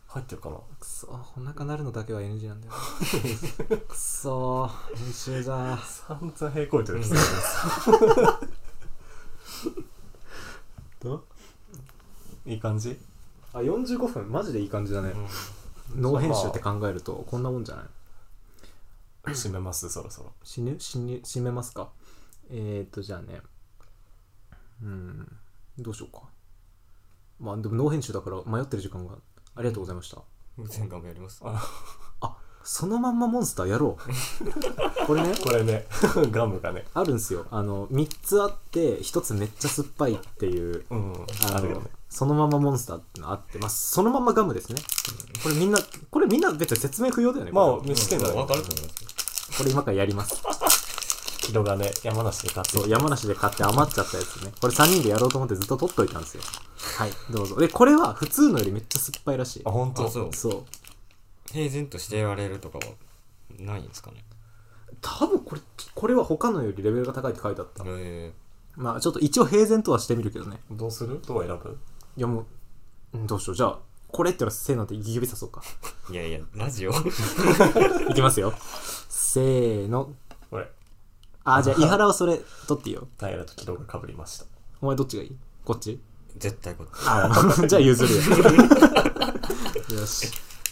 Speaker 3: 入ってるかな
Speaker 1: くそお腹鳴るのだけは NG なんだよなくそ編集だ
Speaker 3: 散々平行いてる
Speaker 2: うんん
Speaker 3: ですよ どういい感じ
Speaker 1: あ45分マジでいい感じだね脳編集って考えるとこんなもんじゃない
Speaker 3: 締めますそろそろ
Speaker 1: 死ぬ死ぬ死めますかえっ、ー、とじゃあねうんどうしようかまあでも脳編集だから迷ってる時間がありがとうございました
Speaker 2: 無線頑張ります
Speaker 3: あ
Speaker 1: そのまんまモンスターやろ うこれね
Speaker 3: これね ガムがね
Speaker 1: あるんですよあの3つあって1つめっちゃ酸っぱいっていう
Speaker 3: うん
Speaker 1: あ
Speaker 3: ある
Speaker 1: の
Speaker 3: よね
Speaker 1: そのままモンスターってのあってますそのままガムですねこれみんなこれみんな別に説明不要だよね
Speaker 3: まあ
Speaker 1: こ
Speaker 3: 見つけんだ
Speaker 2: 分
Speaker 3: ね
Speaker 2: かると思います
Speaker 1: れこれ今からやります
Speaker 3: キロがね山梨で買ってきた
Speaker 1: そう、山梨で買って余っちゃったやつね。これ3人でやろうと思ってずっと取っといたんですよ。はい、どうぞ。で、これは普通のよりめっちゃ酸っぱいらしい
Speaker 3: あ。本当
Speaker 2: あそう
Speaker 1: そう。
Speaker 2: 平然としてやれるとかはないんですかね
Speaker 1: 多分これ、これは他のよりレベルが高いって書いてあった。
Speaker 2: え
Speaker 1: まあちょっと一応平然とはしてみるけどね。
Speaker 3: どうするどう選ぶ
Speaker 1: いやもう、うんどうしよう。じゃあ、これってのはせーのって指さそうか。
Speaker 2: ー、いやいやラジオ
Speaker 1: いき ますよ。せーの。
Speaker 3: これ
Speaker 1: あ、じゃあ、伊原はそれ取っていいよ。
Speaker 3: 平とキロがかぶりました
Speaker 1: お前どっちがいいこっち
Speaker 2: 絶対こっち
Speaker 1: あ じゃあ譲るよ。よし。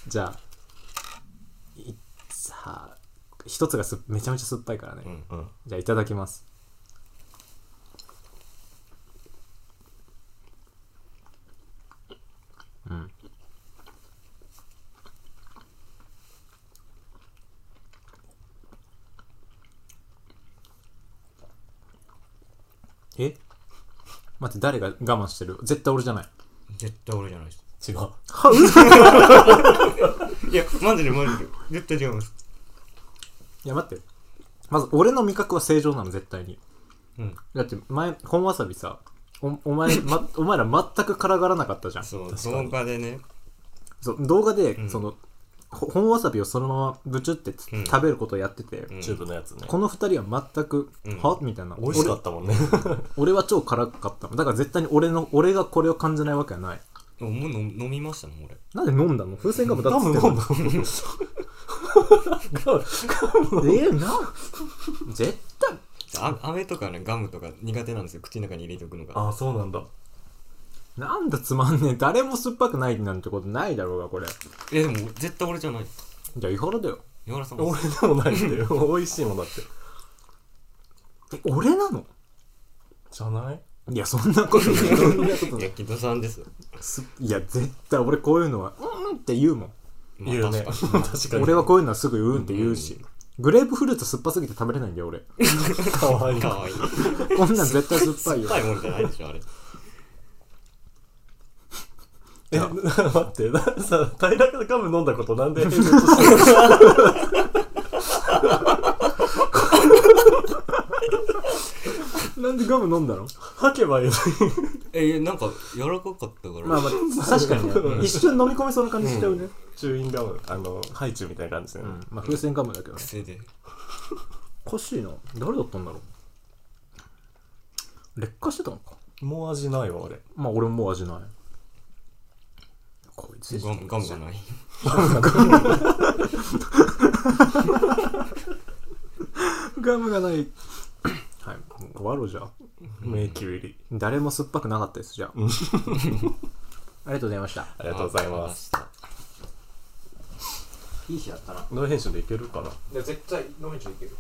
Speaker 1: じゃあ、いさあ、一つがすめちゃめちゃ酸っぱいからね。
Speaker 2: うん
Speaker 3: うん
Speaker 1: じゃあ、いただきます。うん。え待って、誰が我慢してる絶対俺じゃない。
Speaker 2: 絶対俺じゃないです
Speaker 3: 違う
Speaker 2: いやマジでマジで絶対違います
Speaker 1: いや待ってまず俺の味覚は正常なの絶対に
Speaker 2: うん
Speaker 1: だって前本わさびさおお前、ま、お前ら全くからがらなかったじゃん
Speaker 2: そう
Speaker 3: 確かに
Speaker 2: 動画でね
Speaker 1: そう動画で、
Speaker 2: うん
Speaker 1: そのほ本わさびをそのままブチュってつ、
Speaker 2: うん
Speaker 1: 食べることをやってて、
Speaker 2: うん
Speaker 3: チューブのやつね
Speaker 1: この二人は全く、
Speaker 2: うん
Speaker 1: はみたいな
Speaker 3: 美味しかったもんね
Speaker 1: 俺俺は超辛かったのだから絶対に俺の俺がこれを感じないわけはない
Speaker 2: もう飲飲みましたもん俺
Speaker 1: なんで飲んだの風船ガムだっつってんの
Speaker 3: 飲む 飲む飲 む
Speaker 1: えー、な絶対
Speaker 2: あ飴とかねガムとか苦手なんですよ口の中に入れておくのが
Speaker 3: あそうなんだ
Speaker 1: なんだつまんねえ誰も酸っぱくないなんてことないだろうがこれ
Speaker 2: えでも絶対俺じゃない
Speaker 1: じゃあ伊原だよ
Speaker 2: 井原さんも
Speaker 3: 俺でもないんだよ美味しいもんだって
Speaker 1: え俺なの
Speaker 3: じゃない
Speaker 1: いや、そんなことない。そんなこと
Speaker 2: い
Speaker 1: ない
Speaker 2: や木戸さんですよ
Speaker 1: すいや、絶対俺こういうのは、うんって言うもん。
Speaker 2: まあ
Speaker 3: 言うね
Speaker 2: 確か
Speaker 3: 確かに
Speaker 1: 俺はこういうのはすぐうんって言うし。グレープフルーツ酸っぱすぎて食べれないんだよ、俺。
Speaker 3: かわい
Speaker 2: に
Speaker 3: い
Speaker 2: かわいい
Speaker 1: こんなん絶対酸っぱ
Speaker 2: 酸
Speaker 1: い
Speaker 2: っ
Speaker 1: よ
Speaker 2: ぱ。いもんじゃないでし ょあれ
Speaker 3: え、な待って、なさ、平らガム飲んだことなんで変なことしてる
Speaker 1: なんでガム飲んだの
Speaker 3: 吐けばいいのに。
Speaker 2: えいやなんか柔らかかったから、
Speaker 1: まあまあ、確かに
Speaker 3: う
Speaker 1: ね。
Speaker 3: ん
Speaker 1: 一瞬飲み込みそうな感じしちゃうね。
Speaker 3: チューインガム、あの、ハイチュウみたいな感じで、
Speaker 1: う
Speaker 3: ね
Speaker 1: ん。まあ、風船ガムだけどね。
Speaker 2: 癖で
Speaker 1: おかしいな。誰だったんだろう。劣化してたのか。
Speaker 3: もう味ないわ、俺。
Speaker 1: まあ、俺ももう味ない。こいつ
Speaker 2: ガムガムがない
Speaker 1: ガムが ない。はい、もう終わろうじゃあ。
Speaker 3: 迷宮入り。
Speaker 1: 誰も酸っぱくなかったですじ ゃあありがとうございました
Speaker 3: ありがとうございます。
Speaker 1: いい日だったな
Speaker 3: ノー編集でいけるかな
Speaker 1: 絶対飲み中いける